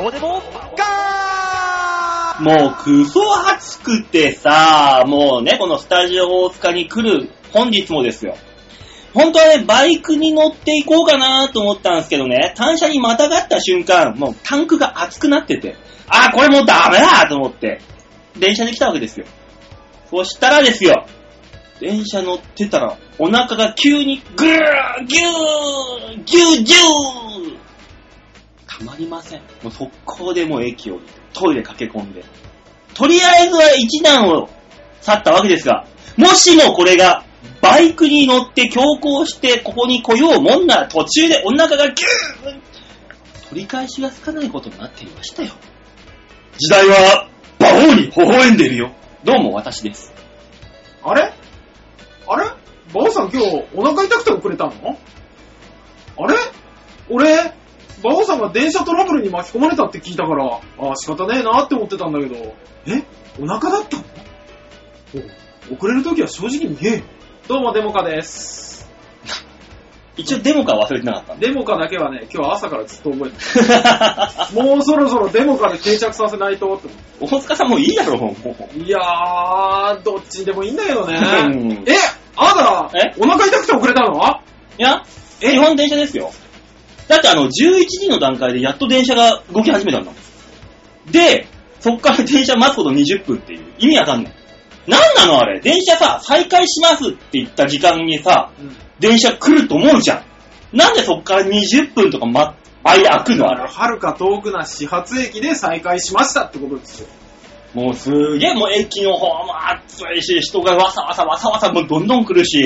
こでもガーもうクソ暑くてさ、もうね、このスタジオ大塚に来る本日もですよ。本当はね、バイクに乗っていこうかなと思ったんですけどね、単車にまたがった瞬間、もうタンクが熱くなってて、あー、これもうダメだと思って、電車で来たわけですよ。そしたらですよ、電車乗ってたら、お腹が急にグー、ギュー、ギュー、ギューたまりません。もう速攻でもう駅をトイレ駆け込んで。とりあえずは一段を去ったわけですが、もしもこれがバイクに乗って強行してここに来ようもんなら途中でお腹がギュー取り返しがつかないことになっていましたよ。時代は馬王に微笑んでいるよ。どうも私です。あれあればおさん今日お腹痛くて遅れたのあれ俺、ばおさんが電車トラブルに巻き込まれたって聞いたから、ああ、仕方ねえなって思ってたんだけど、えお腹だったのお遅れるときは正直に言えよ。どうも、デモカです。一応デモかは忘れてなかったんで。 デモカだけはね、今日朝からずっと覚えてる。もうそろそろデモカで定着させないとって思大塚さんもういいやろ、もう。う。いやー、どっちでもいいんだけどねうん。え、あなたえ、お腹痛くて遅れたのいや、え、日本電車ですよ。だってあの、11時の段階でやっと電車が動き始めたんだもん。で、そっから電車待つこと20分っていう。意味わかんない。なんなのあれ電車さ、再開しますって言った時間にさ、うん電車来ると思うじゃん。なんでそっから20分とか待っ、間空くのあれ。はるか遠くな始発駅で再開しましたってことですよ。もうすげえもう駅の方も暑いし、人がわさわさわさわさもうどんどん来るし。い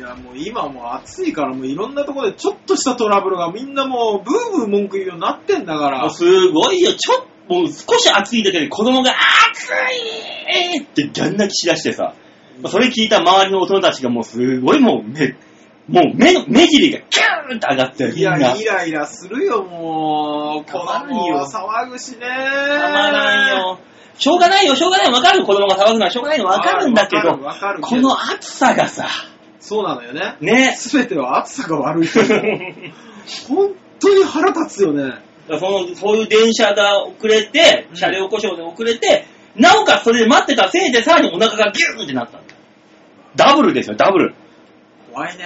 や、もう今もう暑いから、もういろんなところでちょっとしたトラブルがみんなもうブーブー文句言うようになってんだかもうら。すごいよ、ちょっと、もう少し暑いだけで子供が暑いってギャン泣きしだしてさ、まあそれ聞いた周りの大人たちがもうすごいもう目、もう目、目尻がキューンって上がってる。いみんなや、イライラするよ、もう。た子まん供よは騒ぐしね。たたまらん。よ。しょうがないよ、しょうがない。わかる子供が騒ぐのはしょうがないのわかるんだけわかるど、わかるこの暑さがさ、そうなのよね。ね。すべては暑さが悪い。 本当に腹立つよね。その、そういう電車が遅れて、車両故障で遅れて、なおかつそれで待ってたせいでさらにお腹がギューンってなったんだ。ダブルですよ、ダブル。怖いね。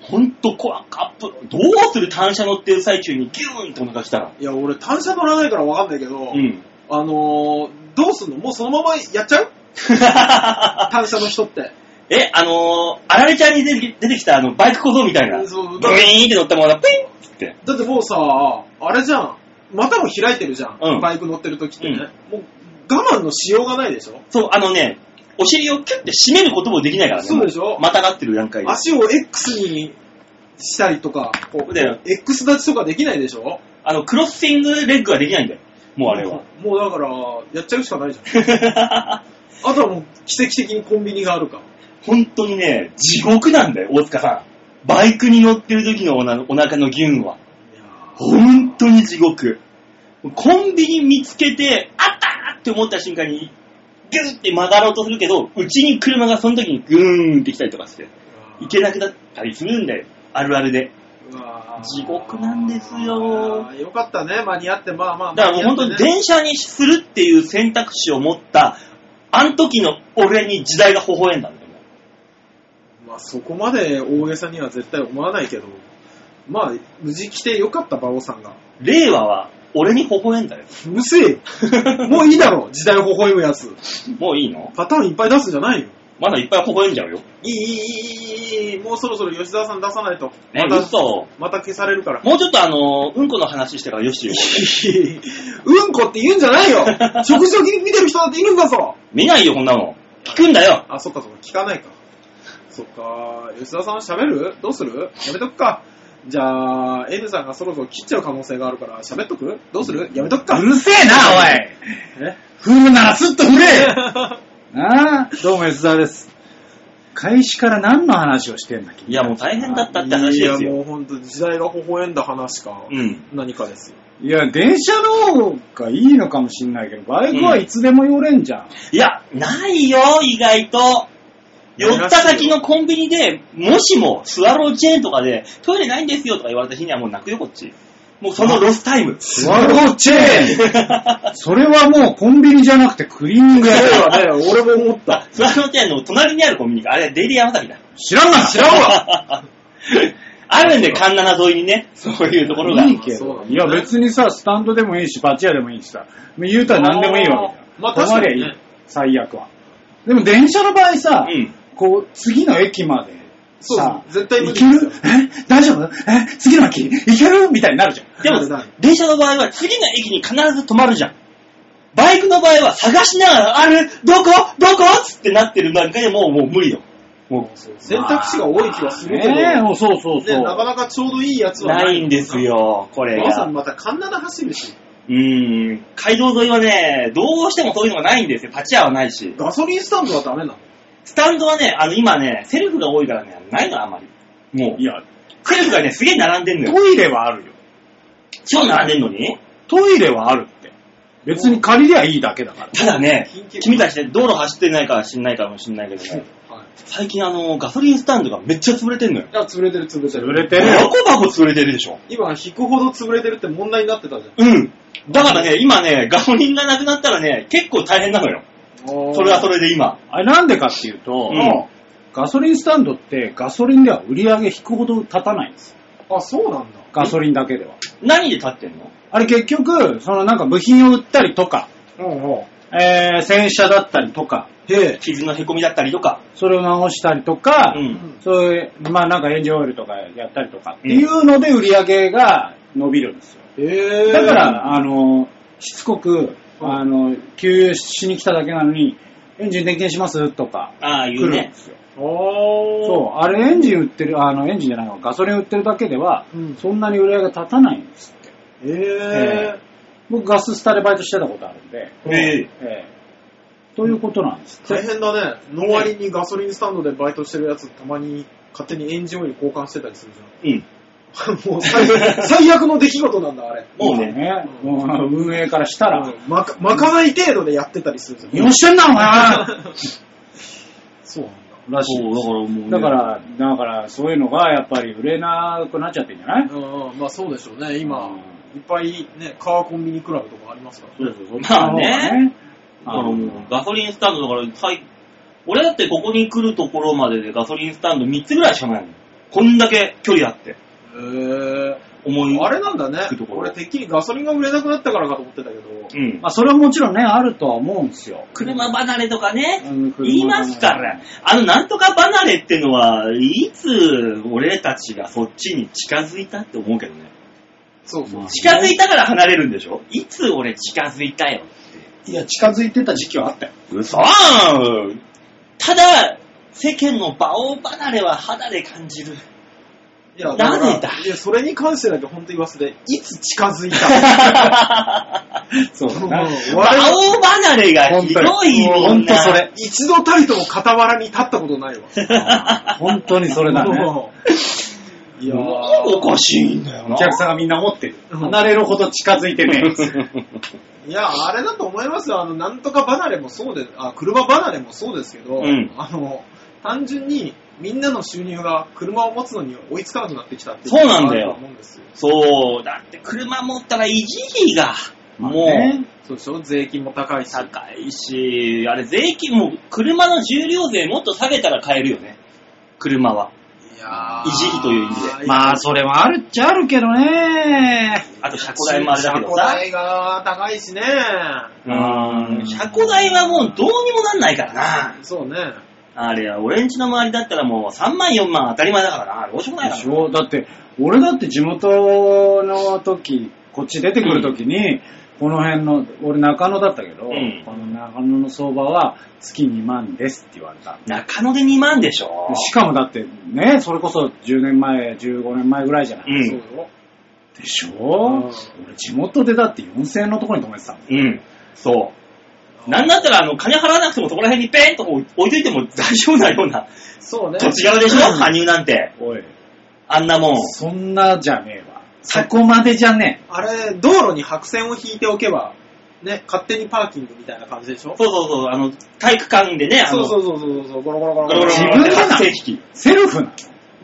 ほんと怖かっぷどうする単車乗ってる最中にギューンとお腹来たら。いや、俺単車乗らないからわかんないけど、うん。あのー、どうすんのもうそのままやっちゃう単車の人って。 え、あのー、あられちゃんに出てき出てきたあの、バイク小僧みたいな。ブイそうだーンって乗ったものがピンって。だってもうさ、あれじゃん。股も開いてるじゃん。うんバイク乗ってる時ってね。もう我慢のしようがないでしょそう、あのね、お尻をキュッて締めることもできないからね。そうでしょまたがってる段階で。足を X にしたりとか、こう、だよ X 立ちとかできないでしょあの、クロッシングレッグはできないんだよ。もうあれは。。 もうだから、やっちゃうしかないじゃん。あとはもう奇跡的にコンビニがあるか。本当にね、地獄なんだよ、大塚さん。バイクに乗ってる時のおなお腹のギュンは。いや本当に地獄。コンビニ見つけて、あったーって思った瞬間に、ギューって曲がろうとするけど、うちに車がその時にグーンって来たりとかして、ー行けなくなったりするんだよ。あるあるで。うわー地獄なんですよあーよかったね、間に合って、まあまあ。だからもう本当に間合ってね電車にするっていう選択肢を持った、あの時の俺に時代が微笑んだんだよ。まあそこまで大げさには絶対思わないけど、まあ、無事来てよかった、馬王さんが。令和は俺に微笑んだよ。うるせ えもういいだろ、時代を微笑むやつ。もういいのパターンいっぱい出すんじゃないよ。まだいっぱい微笑んじゃうよ。いい、いい、いい、いい、いい、もうそろそろ吉沢さん出さないと。ね、また、嘘。また消されるから。もうちょっとあの、うんこの話してからよしよ。うんこって言うんじゃない よ食事を見てる人だっているんだぞ見ないよ、こんなの。聞くんだよ。あ、そっかそっか、聞かないか。そっか、吉田さん喋るどうするやめとくか。じゃあ、N さんがそろそろ切っちゃう可能性があるから、喋っとくどうするやめとくか。うるせえな、 おいえ振るならすっと振 れなあどうも、吉沢です。開始から何の話をしてんだっけいや、もう大変だったって話ですいや、よ。もうほんと、時代が微笑んだ話か、うん。何かですよ。いや、電車の方がいいのかもしんないけど、バイクはいつでも寄れんじゃん。いや、ないよ、意外と。寄った先のコンビニで、もしも、スワローチェーンとかで、トイレないんですよとか言われた日にはもう泣くよ、こっち。もうそのロスタイム。ワゴチェーン それはもうコンビニじゃなくてクリーニング屋だよ。だね、俺も思った。 スワローチェーンの隣にあるコンビニが、あれデイリーヤマサキだ。知らんな知らんわ あるんで、カンナナ沿いにね、そういうところが。いいけそうだど。ねいや別にさ、スタンドでもいいし、バチ屋でもいいしさ。言うたら何でもいいわけだよ。まあ確かにね止まりゃいい最悪は。でも電車の場合さ、うんこう、次の駅までそうさ、絶対無行理けでするよえ大丈夫え次の駅行けるみたいになるじゃん。でも、電車の場合は次の駅に必ず止まるじゃん。バイクの場合は探しながら、あれどこどこつってなってる段階でもう、もう無理よ。も選択肢が多い気はするけど、ねえ、もうそうそうそう。ねなかなかちょうどいいやつう、はない。ないんです。よ、これ馬王さがん。またカンナダ走るし、うーん、街道沿いはね、どうしてもそういうのがないんですよ。パチ屋はないし。ガソリンスタンドはダメなの。スタンドはね、あの今ね、セルフが多いからね、ないのあんまり。もうい、や、セルフがね、すげえ並んでんのよ。トイレはあるよ。超並んでんのにトイレはあるって。別に借りりゃいいだけだから。ただね緊、急君たちね、道路走ってないか知んないかもしんないけどね、はい。最近あの、ガソリンスタンドがめっちゃ潰れてんのよ。いや、潰れてる潰れて潰る。れてるバよ。コバコ潰れてるでしょ。今、引くほど潰れてるって問題になってたじゃん。うん。だからね、今ね、ガソリンがなくなったらね、結構大変なのよ。それはそれで今。あれなんでかっていうと、うんガソリンスタンドってガソリンでは売り上げ引くほど立たないんですよ。あ、そうなんだ。ガソリンだけでは。何で立ってんのあれ結局、そのなんか部品を売ったりとか、うんうん。えー、洗車だったりとか、へえ。傷の凹みだったりとか。それを直したりとか、うん。そういう、まあなんかエンジンオイルとかやったりとかっていうので売り上げが伸びるんですよ。へえ。だから、あの、しつこく、うんあの、給油しに来ただけなのに、エンジン点検しますとか、ああ、来いるうんねで。すよ。あー。そう、あれエンジン売ってる、あの、エンジンじゃないわ、ガソリン売ってるだけでは、うんそんなに売り上げ立たないんですって。う。へええ。僕、ガススタでバイトしてたことあるんで、うんええええということなんですって。大変だね。の割にガソリンスタンドでバイトしてるやつ、たまに勝手にエンジンオイル交換してたりするじゃん。うん。 もう最 最悪の出来事なんだ、あれ。もうまあね。ね、もう運営からしたら、うんまかまかない程度でやってたりするじ ゃん。何をしてんだお 前そうなんだ。らしいですらもうねだか、ら、だから、そういうのがやっぱり売れなくなっちゃってんじゃないうんうん、まあそうでしょうね、う今ん、いっぱいね、カーコンビニクラブとかありますから。そうそうそうまあね。だあからのもう、ガソリンスタンドだから、はい。俺だってここに来るところまででガソリンスタンド3つぐらいしかないの。こんだけ距離あって。へえ。思い。あれなんだ聞くねと。ころ俺、てっきりガソリンが売れなくなったからかと思ってたけど。うん。まあ、それはもちろんね、あるとは思うんですよ。車離れとかねうん、車離れ言いますから。あの、なんとか離れってのは、いつ俺たちがそっちに近づいたって思うけどね。そうそうまあ。近づいたから離れるんでしょいつ俺近づいたよ。いや、近づいてた時期はあったよ。嘘ーただ、世間の場を離れは肌で感 じる。いや、なんでだからいや、それに関してだけ本当言わせて、いつ近づ いたそうもうな場我々を離れがひどい本当にみんな。本当 それ一度たりとも傍らに立ったことないわ。本当にそれだね。もういやー何がおかしいんだよな。お客さんがみんな思ってる。うん離れるほど近づいてね え。いや、あれだと思いますよ。あの、なんとか離れもそうで、あ、車離れもそうですけど、うんあの、単純にみんなの収入が車を持つのに追いつかなくなってきたっていそうなんだよのがあると思うんですよ。そう、だって車持ったら維持費が、まあもう、ねそうでしょ税金も高いし。高いし、あれ税金も、車の重量税もっと下げたら買えるよね。車は。いや維持費という意味で まあ、それはあるっちゃあるけどね。あと車庫代もあれだけど車庫さ。代が高いしね。うーん車庫代はもうどうにもなんないからな。そうね。あれは、俺んちの周りだったらもう3万4万当たり前だからな。どうしようもないかでらな。しょだって、俺だって地元の時、こっち出てくる時に、この辺の、俺中野だったけど、うんこの中野の相場は月2万ですって言われた。中野で2万でしょで。しかもだってね、それこそ10年前、15年前ぐらいじゃなうい。ん。そうよ。でしょ、ん俺地元でだって4000円のところに止めてたもんうん。そう。なんだったら、あの、金払わなくてもそこら辺にペーンと置いといても大丈夫なようなそうね。土地柄でしょ羽生なんて。おい、あんなもん。そんなじゃねえわ。そこまでじゃねあれ、道路に白線を引いておけば、ね、勝手にパーキングみたいな感じでしょそうそうそう、あの、体育館でね、あその、うそうそうそうそう、ゴロゴロゴロゴロゴロゴロ自ゴロ分で発な生機器え。セルフなの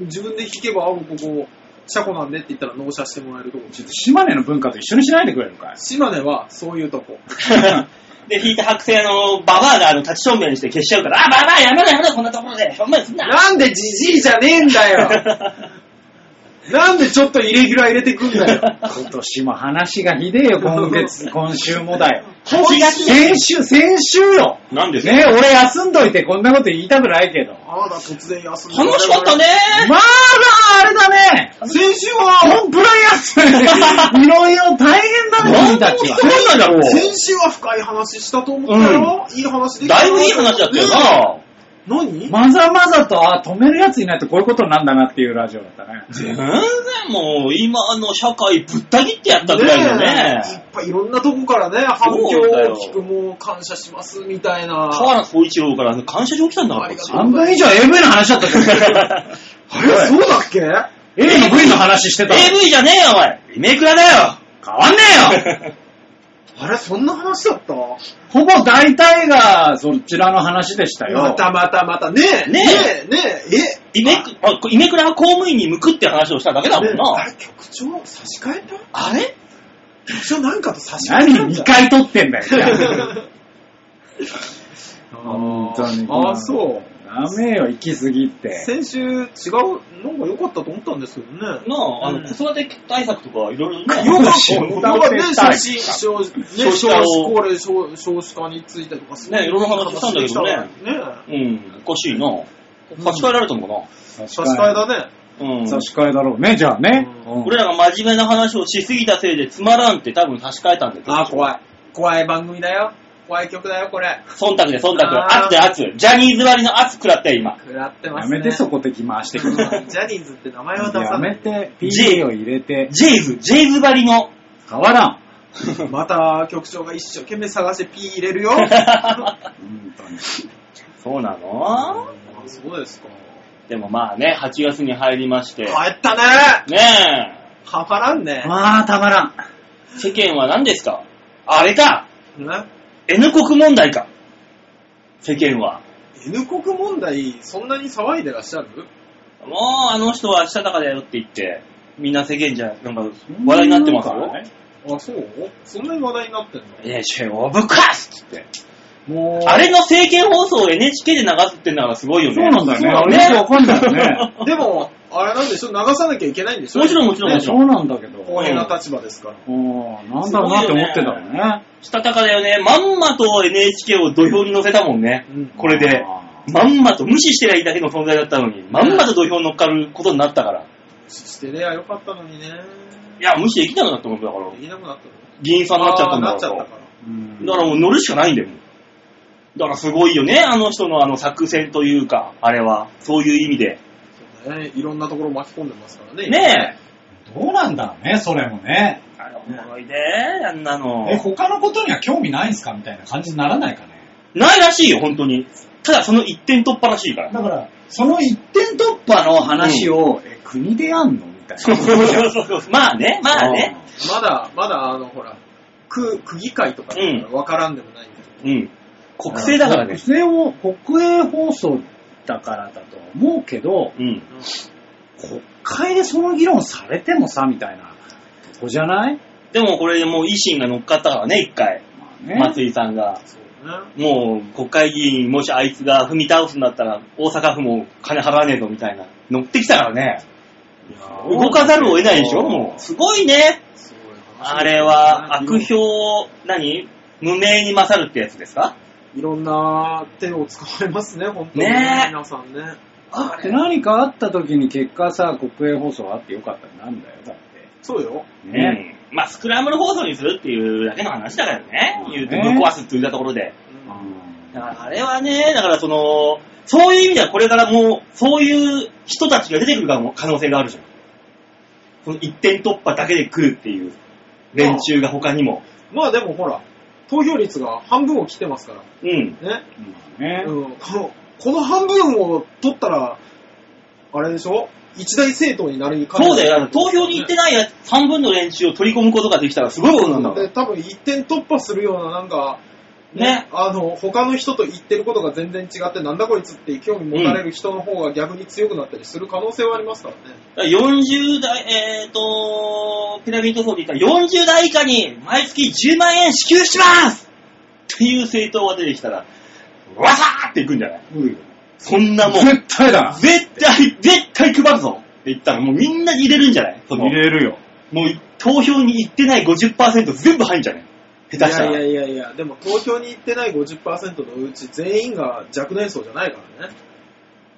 自分で引けば、あ、ここ、車庫なんでって言ったら納車してもらえるとこ。ちょっと島根の文化と一緒にしないでくれるかい島根はそういうとこ。 で、引いた白星のババアがあの立ち正面にして消しちゃうから、あ、ババアやめろやめろ、こんなところで。そんなにすんな。なんでじじいじゃねえんだよ なんでちょっとイレギュラー入れてくんだよ今年も話がひでえよ、今月、今週もだよ。 8月ね先週、先週よ。 なんでね俺休んどいてこんなこと言いたくないけど。あら、突然休んで楽しかったねまあまあ、あれだね。先週コは、ンプライアンス。いろいろ大変だね、君たちは。うなんだろ先週は深い話したと思ったよ。いい話できただいぶいい話だったよな。何まざまざと、あ、止めるやついないとこういうことになんだなっていうラジオだったね。全然もう、今の社会ぶった切ってやったぐらいのえいっね。ぱいいろんなとこからね、反響そうだよを聞く、もう感謝しますみたいな。河原総一郎から感謝状来たんだから、ありがとう半分以上 AV の話だった じゃん。あれ、そうだっけ A の V の話してた。 AV じゃねえよ、お前。リメイクラだよ。変わんねえ よあれ、そんな話だったほぼ大体がそちらの話でしたまよ。たまたまた、ねえ、ねねえ、ねえ、え、イメク、あ、イメクラは公務員に向くって話をしただけだもんねえあな。れ、局長差し替えたあれ局長なんかと差し替え何たんじゃ2回撮ってんだよじゃあ。 あー本当に。あー、そう。ダメよ、行き過ぎって。先週違う、なんか良かったと思ったんですけどね。なあ、あうんの、子育て対策とかいろいろね。よかった。少よ子化かをったね、撤少退子、少子、ね、少少子子化を高齢少少子化についてとか、そうねいろんな話したんだけどねね。ねうん、おかしいな。差し替えられたのか差し替えだね。な。うん。差し替えだろうね、じゃあね。ううん俺らが真面目な話をしすぎたせいでつまらんって多分差し替えたんだけど。あー、怖い。怖い番組だよ。怖い曲だよ、これ。忖度で忖あ度。ー圧で圧。ジャニーズ割りの圧食らったよ、今。食らってまやすね。めて、そこ的回してくる。 うん ジャニーズって名前は出やさなめい。て、P を入れて、ジェイズ、ジェイズ割りの。変わらん。 また局長が一生懸命探して P 入れ るよ。本当に。そうなのあそうですか。でもまあね、8月に入りまして。帰ったね。ねはからんね。まあ、たまらん。え、世間は何ですかあれかね N 国問題か世間は。 N 国問題、そんなに騒いでらっしゃるもうあの人はしたたかだよって言って、みんな世間じゃ、なんか話題になってますよ。あ、そうそんなに話題になってんの NHK オブカスって。もう、あれの政見放送を NHK で流すってんだからすごいよね。そうなんだよね。そう俺よくわかんないよね。でも、あれなんでしょ流さなきゃいけないんでし ょもちろんもちろんもねちそろ。うんなんだけど。公平な立場ですから。おーなんだろうなって思ってたよね。したたかだよね。まんまと NHK を土俵に乗せたもんね。うんこれで。あまんまと無視してりゃいいだけの存在だったのに、まんまと土俵に乗っかることになったから。してりゃよかったのにね。いや、無視できなくなったもんだからで、きなくなったの議員さんになっちゃったんあーだなっちゃかっらた。から。ーうんだからもう乗るしかないんだよ。もうだからすごいよね、あの人のあの作戦というか、あれは。そういう意味で。そうね、いろんなところ巻き込んでますからね。ねどうなんだろうね、それもね。え。あれおもろいで、あんなの。え、他のことには興味ないんすかみたいな感じにならないかね。ないらしいよ、本当に。ただその一点突破らしいかだら。から、その一点突破の話を、え、国でやんのみたいそうな。そうそうそう。 まあね、まあね。まだ、まだ、あの、ほら、区、区議会とかだからうんわからんでもないけど。うん。国政だからね。国政を、国営放送だからだと思うけど、うん。国会でその議論されてもさ、みたいなとこじゃないでもこれでもう維新が乗っかったからね、一回。まあ松井さんが。そうね。もう国会議員、もしあいつが踏み倒すんだったら、大阪府も金払わねえぞみたいな。乗ってきたからね。動かざるを得ないでしょ、もう。すごいね。すごい話あれは、悪評を、何無名に勝るってやつですかいろんな手を使われますね、本当に。ねえ皆さんね。あって何かあった時に結果さ、国営放送あってよかったになんだよ、だって。そうよ。ね。うん。まあ、スクランブル放送にするっていうだけの話だからね。うん言うと、ぶっ壊すって言ったところで。うんだからあれはね、だからその、そういう意味ではこれからもう、そういう人たちが出てくるかも可能性があるじゃん。この一点突破だけで来るっていう連中が他にも。まあでもほら、投票率が半分を切ってますかうん。ら。ね。まあね。うん、この、この半分を取ったら、あれでしょ一大政党になりかねそなういだよ。だから投票に行ってないやつ半分の連中を取り込むことができたらすごいことなんだもん。で多分一点突破するようななんか、ね。あの、他の人と言ってることが全然違って、なんだこいつって興味持たれる人の方が逆に強くなったりする可能性はありますからね。 40代、えっ、と、ピラミッド法で言ったら40代以下に毎月10万円支給しますっていう政党が出てきたら、わさーっていくんじゃない無理よそんなも ん。絶対だ絶対、絶対配るぞって言ったらもうみんなに入れるんじゃないその入れるよ。もう投票に行ってない50%全部入んじゃない下手したら。いやいやいやいや、でも東京に行ってない50%のうち全員が若年層じゃないからね。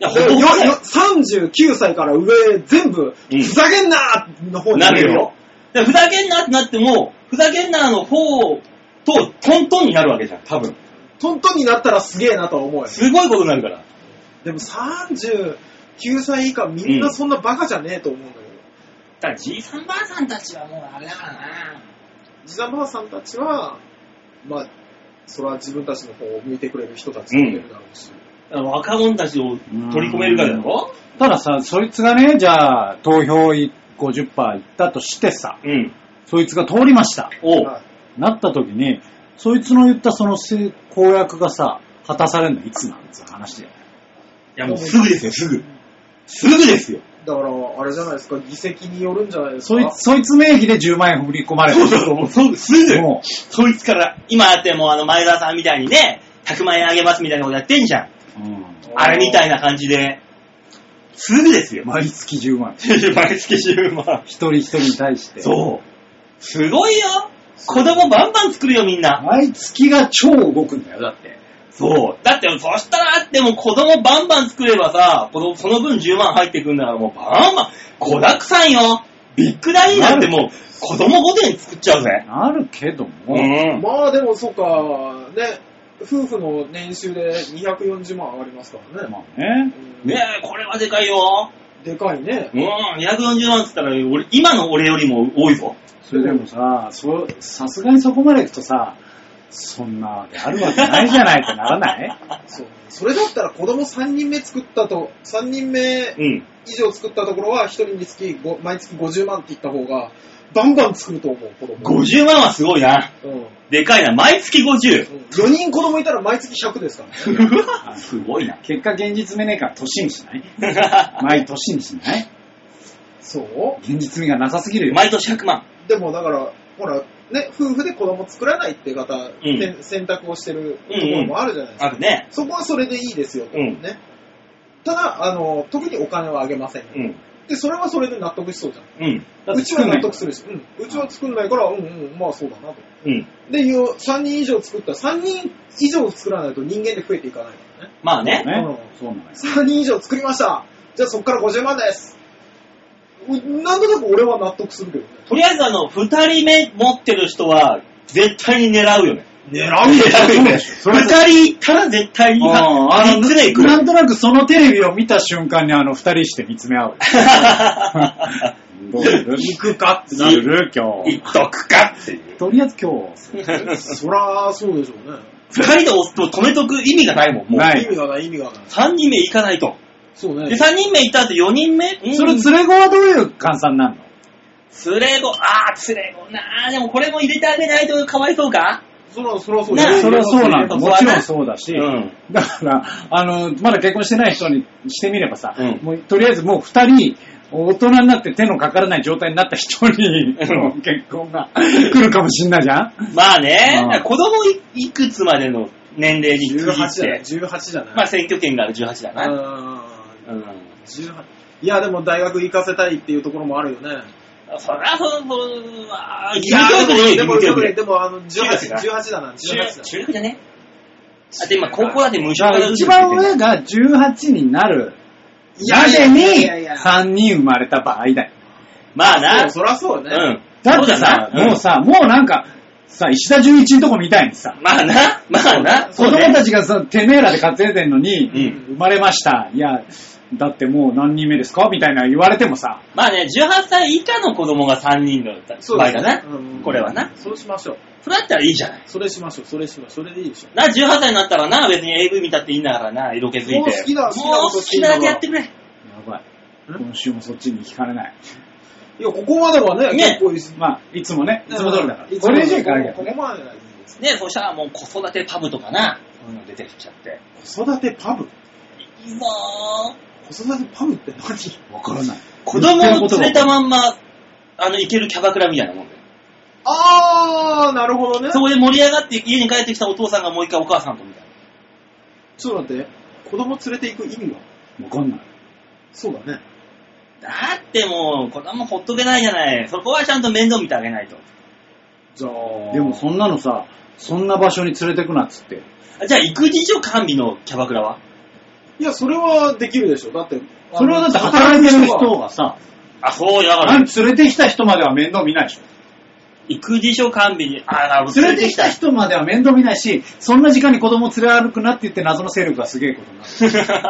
いやほだぼからほぼよねよ39歳から上全部、うんふざけんなーの方になるよ。。だからふざけんなってなっても、ふざけんなの方とトントンになるわけじゃん、多分。トントンになったらすげえなとは思うよ。すごいことになるから。でも39歳以下みんなそんなバカじゃねえと思うんだけど。ただじいさんばあさんたちはもうあれだからな。じざばあさんたちは、まあ、それは自分たちの方を向いてくれる人たちもいるだろうし。若者たちを取り込めるからだろたださ、そいつがね、じゃあ、投票い50%いったとしてさ、うん。そいつが通りました。おうはいなった時に、そいつの言ったそのせ公約がさ、果たされるのいつなんつう話だよね。いやもうすぐですよ、すぐ。すぐですよ。だから、あれじゃないですか、議席によるんじゃないですそか。いつ、そいつ名義で10万円振り込まれる。そうそうそう、もうそうすぐ。もそいつから、今だってもうあの前澤さんみたいにね、100万円あげますみたいなことやってんじゃん。う、うん。あれみたいな感じで。すぐです よ。毎月10万円。毎月10万。一人一人に対して。そう。すごいよ。子供バンバン作るよ、みんな。毎月が超動くんだよ、だって。そう。だって、そしたら、でも子供バンバン作ればさ、子供その分10万入ってくんだから、もうバンバン、子だくさんよ。ビッグダイなんてもう、子供御殿作っちゃうぜ。なるけどうも、ん。まあでもそうか、ね、夫婦の年収で240万上がりますからね。まあね。うんねえ、これはでかいよ。でかいね。うん、240万っつったら、俺、今の俺よりも多いぞ。それでもさ、そさすがにそこまで行くとさ、そんなわけあるわけないじゃないってなら ないそう。それだったら子供3人目作ったと、3人目うん。以上作ったところは1人につきご毎月50万って言った方が、バンバン作ると思う、子供。 50万はすごいな。うんでかいな。毎月50。 4人子供いたら毎月100ですからね。すごいな。結果現実味ねえから年に しない毎年にしないそう現実味がなさすぎるよ。毎年100万。でもだから、ほら、ね、夫婦で子供作らないっていう方、うんせん選択をしてるところもあるじゃないですか。あるね。そこはそれでいいですよ、とうんね。ただ、あの、特にお金はあげません。うん。で、それはそれで納得しそうじゃん。うん。だっうてち作はんな納い得するし、うん。うちは作んないから、うんうん、まあそうだなと。うん。で、いう3人以上作ったら、3人以上作らないと人間で増えていかないからね。まあね。ねうんそうなのよ。 3人以上作りましたじゃあそっから50万ですうなんとなく俺は納得するけどね。とりあえずあの、二人目持ってる人は、絶対に狙うよね。狙狙うよね。それ二人いったら絶対に、あーあ三のつでいくよ。なんとなくそのテレビを見た瞬間にあの二人して見つめ合うよ。どう する行くかってする今いっ日。とくかっていう。とりあえず今日、そら、そうでしょうね。二人で押すと止めとく意味がないもん、もう。な意い味。がない、意味がない。三人目行かないと。そうねで、。三人目行った後四人目それ、つ、連れ子はどういう換算なのつれ子、あー、つれ子なー、でもこれも入れてあげないとかわいそうかそら、そらそうねそれはそうなのんだ。もちろんそうだし、うんだから、あの、まだ結婚してない人にしてみればさ、うんもうとりあえずもう二人、大人になって手のかからない状態になった人に、うん 結婚が来るかもしんないじゃんまあね、うだんから子供いいくつまでの年齢に区切っ18じゃない。て、 18じゃない。まあ選挙権がある18だな。うーんうん18いや、でも大学行かせたいっていうところもあるよね。そりゃそう、そう、あー義務教育でいいでよ、も、義務で教育で。も、でも、あの、 18 18、18だな、18だ。中学じゃねだって今高校だって無償だから一番上が18になるいまやいでやいにやいや3人生まれた場合だよ。まあな、そうそらそううね。ん。だそっうてださな、、もうさ、もうなんか、さ、石田純一のとこみたいにさう、んまあな、まあな、子そう供ね。たちがさ、てめえらで稼いでんのに、うん生まれました。いや、だってもう何人目ですかみたいな言われてもさ、まあね、18歳以下の子供が3人のそう場合ですだねなうん。これはな。そうしましょう。それだったらいいじゃない。それしましょう、それしましょう。それでいいでしょ。な、18歳になったらな、別に AV 見たっていいんだからな、色気づいて。もう好きだ好きなもうこ好としてきいいのながだけやってくれ。やばい。今週もそっちに行きかれない。いや、ここまではね、ね結構いいです。まあ、いつもね、いつも通りだから。いつこもれ以上行かなきゃここね。まではいいよね、そしたらもう子育てパブとかな、そういうの出てきちゃって。子育てパブいいなぁ。子育てパブって何わからない。子供言ってるこをとが連れたまんま、あの、行けるキャバクラみたいなもんで。あー、なるほ どね。そこで盛り上がって家に帰ってきたお父さんがもう一回お母さんとみたいな。ちょっと待って、子供連れて行く意味が。わかんない。そうだね。だってもう、子供ほっとけないじゃない。そこはちゃんと面倒見てあげないと。じゃあ、でもそんなのさ、そんな場所に連れてくなっつって。あじゃあ、育児所完備のキャバクラはいや、それはできるでしょ。だって、それはだって働いてる人がさ、あ、そうよ。だから何、連れてきた人までは面倒見ないでしょ。育児所完備に、あ、連れて きた人までは面倒見ないし、そんな時間に子供連れ歩くなって言って謎の勢力がすげえことになる。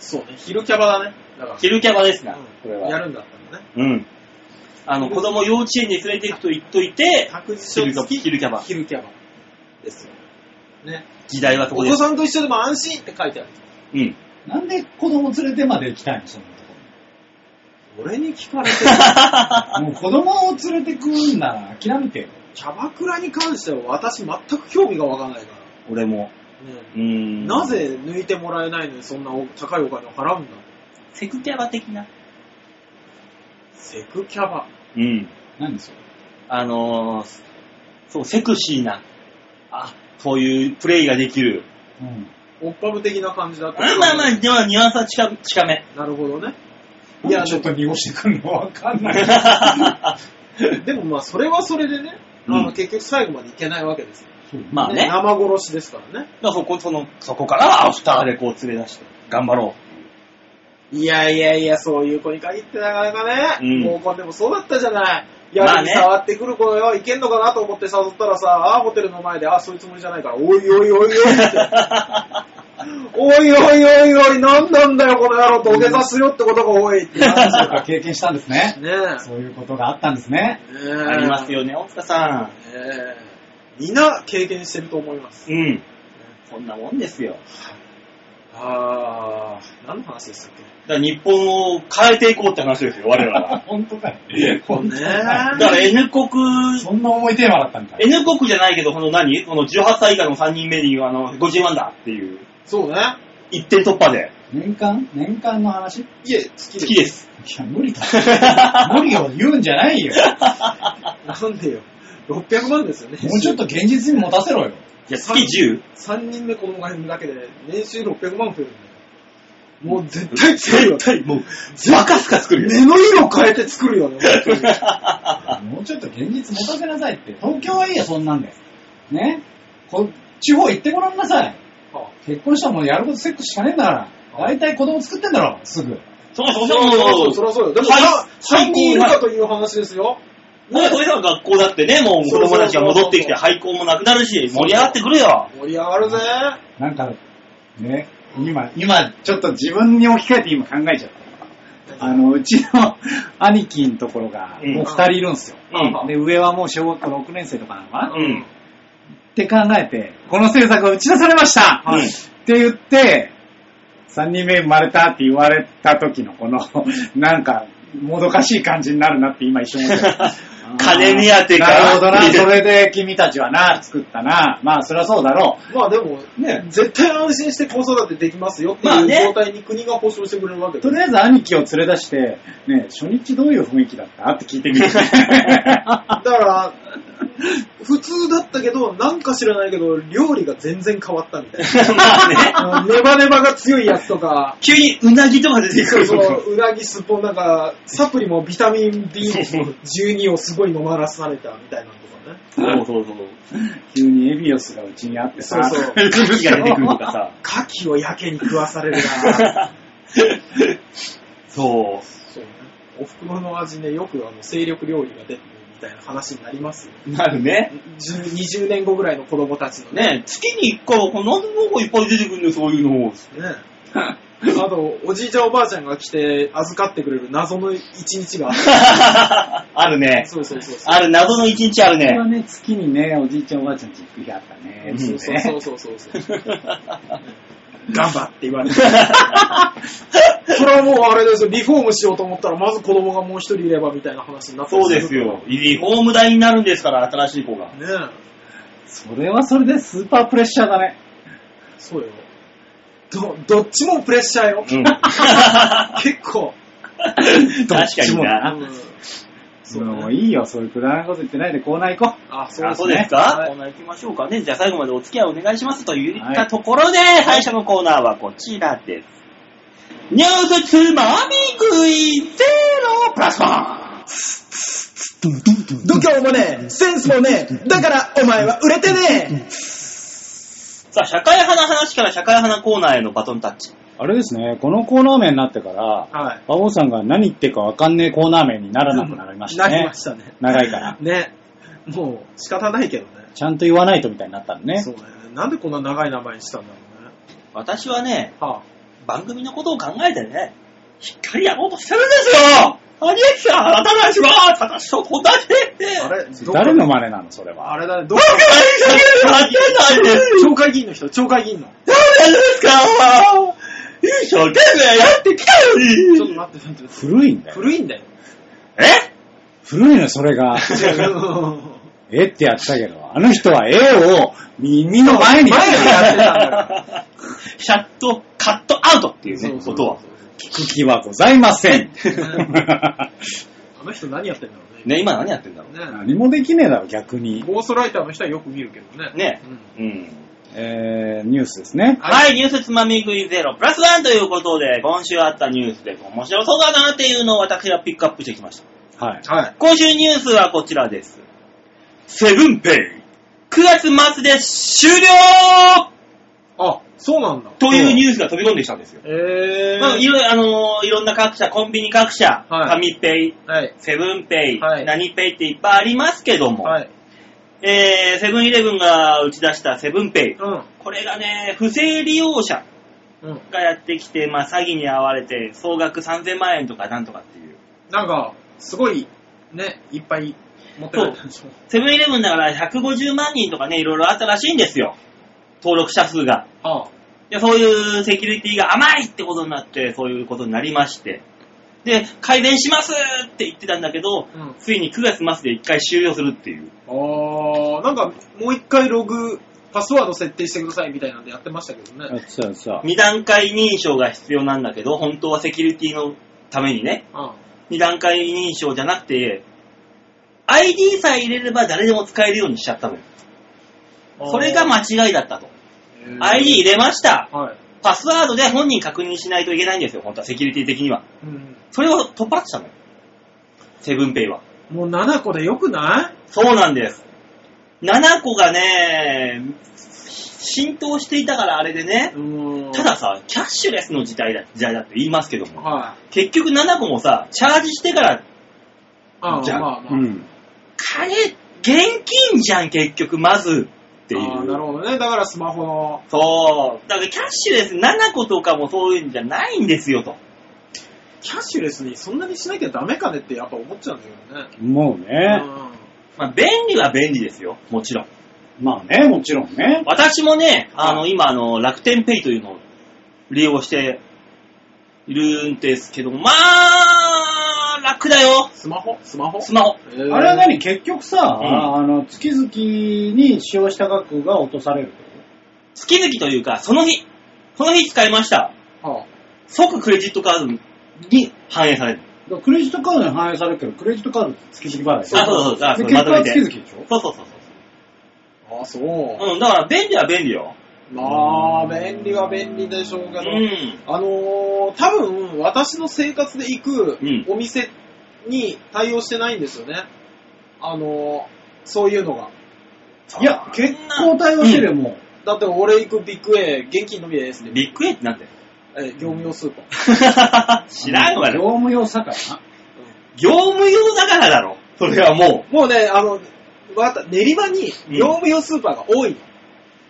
そうね、昼キャバだね。だか昼キャバですな、うんこれら、やは。るんだったらね。うん。あの、子供幼稚園に連れて行くと言っといて、託児昼所キャバ付き昼キャバ。昼キャバ。ですよ。ね。時代はそおこで子す。さんと一緒でも安心って書いてある。うん。なんで子供連れてまで行きたいの そんなとこ俺に聞かれ てる。ろ。もう子供を連れてくんなら諦めてよ。キャバクラに関しては私全く興味がわかんないから。俺も。ねうーん。なぜ抜いてもらえないのにそんなお高いお金を払うんだセクキャバ的な。セクキャバ。うん。何それ。あのー、そう、セクシーな、あ、そういうプレイができる。うん。オッパブ的な感じだった。まあまあまあ、ではニュアンスは近近め。 なるほどね。いや、ちょっと濁してくるのわかんない。でもまあ、それはそれでね、うんあの結局最後までいけないわけですよ。まあね。だか生殺しですからね。らそこ、その、そこからはアフターでこう連れ出して、頑張ろいやいやいや、そういう子に限ってなかなかうんね、合コンでもそうだったじゃない。まあねやに触ってくる子よ、いけんのかなと思って誘ったらさ、ああ、ホテルの前で、ああ、そういうつもりじゃないから、おいおいおいおいって。おいおいおいおい、なんなんだよ、この野郎、土下座すよってことが多いって話 そうだか経験したんですね。ねえ。そういうことがあったんですね。 う。あります。よね、大塚さええみんな経験してると思います。ん。うん。こんなもんですよ。あー、何の話でしたっけだから日本を変えていこうって話ですよ、我々 は。本当かよ。ねえだから N 国、そんな重いテーマだったんかい。 N 国じゃないけど、この何この18歳以下の3人目に、あの、50万だっていう、そうね。一点突破で、年間年間の話いいえ、月好きです。や、無 理だ。無理を言うんじゃないよ。なんでよ。600万ですよね。もうちょっと現実に持たせろよ。いや、月 10? 3人目子供がいるだけで、年収600万増えるんだよ。もう絶対作るよ。対、もう、バカスカ作るよ。目の色変えて作るよね。もうちょっと現実持たせなさいって。東京はいいよ、そんなんで。ねこ地方行ってごらんなさい。は結婚したらもうやることセックスしかねえんだから。大体子供作ってんだろ、すぐ。そうそうそうそう。そりゃそうよ。でも、はい3人いるかという話ですよ。もうそれら学校だってね、もう子そうそうそう供たちが戻ってきて廃校もなくなるし、盛り上がってくれよ。盛り上がるぜ。なんか、ね、今、今、ちょっと自分に置き換えて今考えちゃった。あの、うちの兄貴のところが、うんもう二人いるんですよ。うんで、上はもう小学校6年生とかなのかな、うっん。て考えて、この政策が打ち出されました、はいって言って、三人目生まれたって言われた時のこの、 なんか、もどかしい感じになるなって今一瞬思った。金目当てかなるほどな。それで君たちはな、作ったな。まあ、そりゃそうだろまあでも、ね、絶対安心して子育てできますよってまあいねう状態に国が保証してくれるわけう。で とりあえず兄貴を連れ出して、ね、初日どういう雰囲気だったって聞いてみる。あだから、普通だったけど、なんか知らないけど、料理が全然変わったみたい まあね、な。あのネバネバが強いやつとか、急にうなぎとか出てくそる。のうなぎすっぽんなんか、サプリもビタミン B12 をすごい飲まらされたみたいなのとかね。そうそうそう。急にエビオスがうちにあってさ。そうそう空気が出てくるとかさ。牡蠣をやけに食わされるなそう。そうね。お袋の味ね、よくあの、精力料理が出てるみたいな話になりますよ。なるね。 10 20年後ぐらいの子供たちのね。ね月に1回は、この子がいっぱい出てくるんだよ、そういうの。ねあと、おじいちゃんおばあちゃんが来て預かってくれる謎の一日があっあるて。ね。そうそうそうそう。ある、謎の一日あるこれねは。ね、月にね、おじいちゃんおばあちゃんち行く日あったね。うんそうそう そうそうそうそう。頑張って言われて。それはもうあれですよ、リフォームしようと思ったら、まず子供がもう一人いればみたいな話になって そうですよ。リフォーム代になるんですから、新しい子が。ねそれはそれでスーパープレッシャーだね。そうよ。ど、どっちもプレッシャーよ。 うん。結構。確かどっちにもな。な。もういいよ、そういうくだらないこと言ってないでコーナー行こう。あ、そうあですそうね。ですか、はいコーナー行きましょうかね。じゃあ最後までお付き合いお願いしますと言っはたいところで、最初のコーナーはこちらです。ニュースつまみ食いゼロプラスワン度胸もねえ、センスもねえ、だからお前は売れてねさあ、社会派な話から社会派なコーナーへのバトンタッチ。あれですね、このコーナー名になってからえ。、はい。馬王さんが何言ってるかわかんねえコーナー名にならなくなりましたなりねま。したね。長いから。ね。もう仕方ないけどね。ちゃんと言わないとみたいになったのねそ。うね。なんでこんな長い名前にしたんだろうね。私はね、は番組のことを考えてね、しっかりやろうとしてるんですよ有吉さん、あなたたちは、私と同じで、あ、あれ誰の真似なの、それは。あれだね、どっ僕か、は一生懸命やってないです町会議員の人、町会議員の。誰ですか一生懸命やってきたちょのっとに待って、ちょっと待って。古いんだよ。古いんだよ。え古いのよ、それが。 えってやったけど、あの人は絵を耳の前に前にやってたんだから。シャット、カットアウトっていうね、そうそこうとは。聞く気はございませ ん。あの人何やってんだろうね。ね、今何やってんだろうね。ね。何もできねえだろ、逆に。ゴーストライターの人はよく見るけどね。ねうんうん。えー、ニュースですね。は、はいニュースつまみ食いゼロプラスワンということで、今週あったニュースで面白そうだなっていうのを私はピックアップしてきました。はい。はい。今週ニュースはこちらです。セブンペイ。9月末で終了あ、そうなんだ。というニュースが飛び込んできたんですよ。えー。まあ、いろいろ、あのーいろんな各社、コンビニ各社、はい紙ペイ、はい。セブンペイ、はい何ペイっていっぱいありますけども、はい。えーセブンイレブンが打ち出したセブンペイ、うん。これがね、不正利用者うん。がやってきて、まあ、詐欺に遭われて、総額3000万円とかなんとかっていう。なんか、すごい、ね、いっぱい持ってないでしょ。セブンイレブンだから150万人とかね、いろいろあったらしいんですよ。登録者数が。ああ。で、そういうセキュリティが甘いってことになって、そういうことになりまして。で、改善しますって言ってたんだけど、うんついに9月末で1回終了するっていう。 あー、なんか、もう一回ログ、パスワード設定してくださいみたいなんでやってましたけどあね。そうそう。 2段階認証が必要なんだけど、本当はセキュリティのためにね、あ2段階認証じゃなくて、ID さえ入れれば誰でも使えるようにしちゃったのよ。あそれが間違いだったと。えー ID 入れました。はい。パスワードで本人確認しないといけないんですよ、本当はセキュリティ的には。うん。それを突破したのよ。セブンペイは。もう7個でよくないそうなんです。7個がね、浸透していたからあれでね、うんただ、さ、キャッシュレスの時代だ時代だって言いますけども、は結局7個もさ、チャージしてから、い。ああ、じゃあまあまあ。うん。金、現金じゃん、結局、まず、っていああなるう。ほどね。だからスマホの、そう。だからキャッシュレス7個とかもそういうんじゃないんですよ、と。キャッシュレスにそんなにしなきゃダメかねってやっぱ思っちゃうんだけどね。もうね。まあ、便利は便利ですよ、もちろん。まあね、もちろんね。私もね、あの、今、あの、楽天ペイというのを利用しているんですけど、まあ、楽だようん。スマホスマホスマホ。ああれれは何結局さ、うんあの、月々に使用した額が落とされるってこ月々というか、その日、その日使いました。は即クレジットカードに反映される。とだからクレジットカードに反映されるけど、クレジットカードって月々払いあ、そうそうそう。あでそれ結まと果めはて月。々でしょそうそうそうあ、ああそう。そう。うん、だから便利は便利よ。まあ、便利は便利でしょうけうど、ん。あのー、多分、私の生活で行くうんお店に対応してないんですよね。あのー、そういうのが。いや、結構対応してるよ、もだって俺行くビッグ A、現金のみですね。ビッグエイってなんだ よ。え業務用スーパー。う。知らんわ業よ。務用酒な。業務用だからだろ。それはももうね、あの、わかった練馬にうん業務用スーパーが多いの。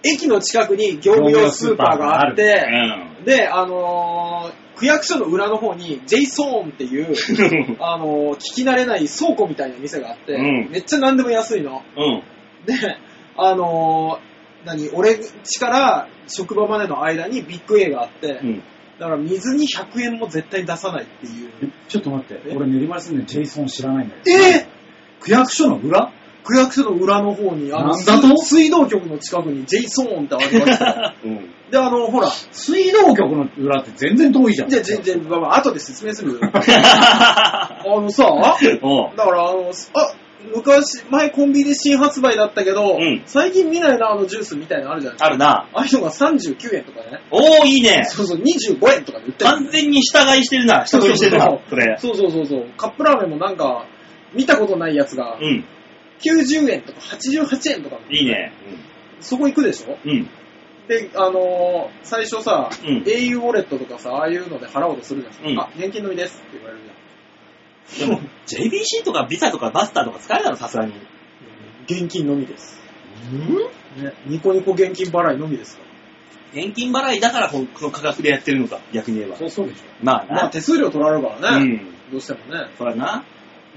駅の近くに業務用スーパーがあっう。うて、ん。で、あのー区役所の裏の方に j ソーンっていう、 あのー聞き慣れない倉庫みたいな店があって、うんめっちゃ何でも安いの。うん。で、あのー何、俺家から職場までの間にビッグ A があって、うん。だから水に100円も絶対出さないっていう。ちょっと待ってえ俺練馬に住んでジェイソン知らないんだけど。え区役所の裏ー、区役所の裏の方に、あの、なんだと水道局の近くにジェイソーンってありましたよ。 うん。で、あの、ほら、水道局の裏って全然遠いじゃん。じゃ、じゃ、じゃ、まあまあ、後で説明するよ。あのさ、 おうだからあの、あ、昔、前コンビニで新発売だったけど、うん最近見ないな、あのジュースみたいなのあるじゃないですか。あるな。ああいうのが39円とかね。おー、いいね。そうそう、25円とかで売って完全に従いしてるな。そう従そういしてるな、それ。そうそうそうそう。カップラーメンもなんか、見たことないやつがう、ん。 90円とか88円とか、いいね。そこ行くでしょうん。で、あのー最初さ、うん au ウォレットとかさ、ああいうので払おうとするじゃないですか。あ、現金のみですって言われるじゃん。で も、JBC とかビザとかバスターとか使えるだろ、さすがに。現金のみです。ね、ニコニコ現金払いのみですか現金払いだからこのこの価格でやってるのか、逆に言えば。そうそうでしょ。まあら。まあな。手数料取られるからうね。ん。どうしてもね。そらな。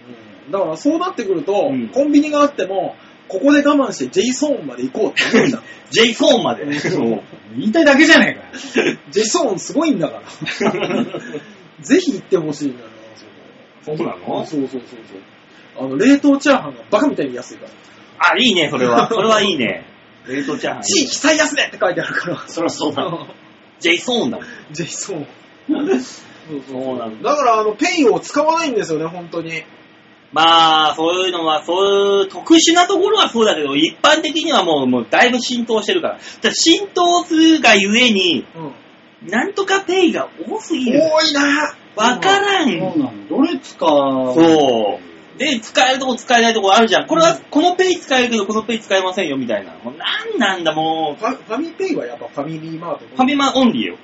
うんだからそうなってくると、うんコンビニがあっても、ここで我慢して J ソーンまで行こうって思うじゃん。ジェイソーンまで。 うん言いたいだけじゃねえかよ。 J ソーンすごいん だから。ぜひ行ってほしいんだよな。そうなのそうそうそうそう。あの、冷凍チャーハンがバカみたいに安いから。あ、いいね、それは。それはいい ね。冷凍チャーハン。地域最安値って書いてあるから。 そりゃそうだ。ジェイソーンだもん。ジェイソン。そうそうなんだ。だから、あの、ペイを使わないんですよね、本当に。まあ、そういうのは、そういう特殊なところはそうだけど、一般的にはもう、もうだいぶ浸透してるから。だから浸透するがゆえに、うん。なんとかペイが多すぎる。多いなわから。そうんなの。どれ使うそう。で、使えるとこ使えないとこあるじゃん。これは、このペイ使えるけど、このペイ使えませんよ、みたいな。もう、なんなんだ、もファファミペイはやっぱファミリーマートう。ファミマオンリーよ。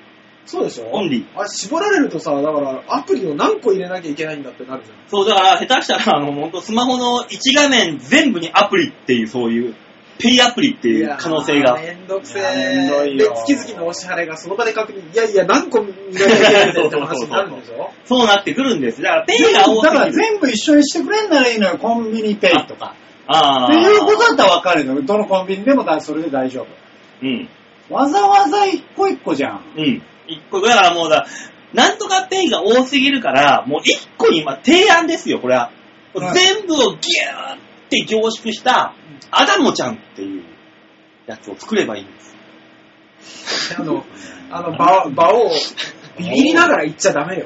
そうでしょオンリー。あれ絞られるとさ、だからアプリを何個入れなきゃいけないんだってなるじゃん。そう、だから、下手したら、あの、本当スマホの1画面全部にアプリっていう、そういう、ペイアプリっていう可能性が。いやーめんどくせいやーめんどえ。いで、よ月々のお支払いがその場で確認。いやいや、何個見なきゃいけないんだよって話になるんでしょそうなってくるんです。だから、ペイ全が部多だからすぎる。全部一緒にしてくれんならいいのよ。コンビニペイとか。あっあ。ていうことだったらわかるよ。どのコンビニでもだそれで大丈うん。夫。わざわざ一個一個じゃん。うん。一個、だからもうだ、なんとかペイが多すぎるから、もう一個に、まあ、提案ですよ、これは。うん全部をギューって凝縮した、アダモちゃんっていうやつを作ればいいんです。あの、あの、場、場を、ビビりながら言っちゃダメよ。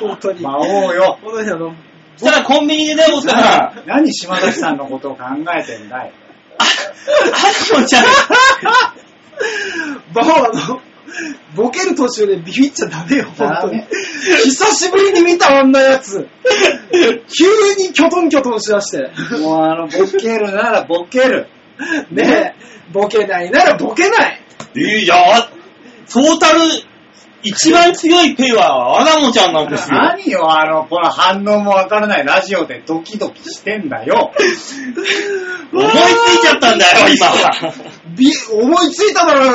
本当に。魔本王よ。当にあの、そしたらコンビニでね、も ったら、何島崎さんのことを考えてんだい。アダモちゃん、バオあの、ボケる途中でビビっちゃダメよ、本当ダにメ。久しぶりに見たあんなやつ。急にキョトンキョトンしだ して。もうあの、ボケるならボケる。ねえ、ボケないならボケない。いいじゃんトータル、一番強いペイはアダモちゃんなんですよ。何よ、あの、この反応もわからないラジオでドキドキしてんだよ。思いついちゃったんだよ、今。び、思いついたなら、あの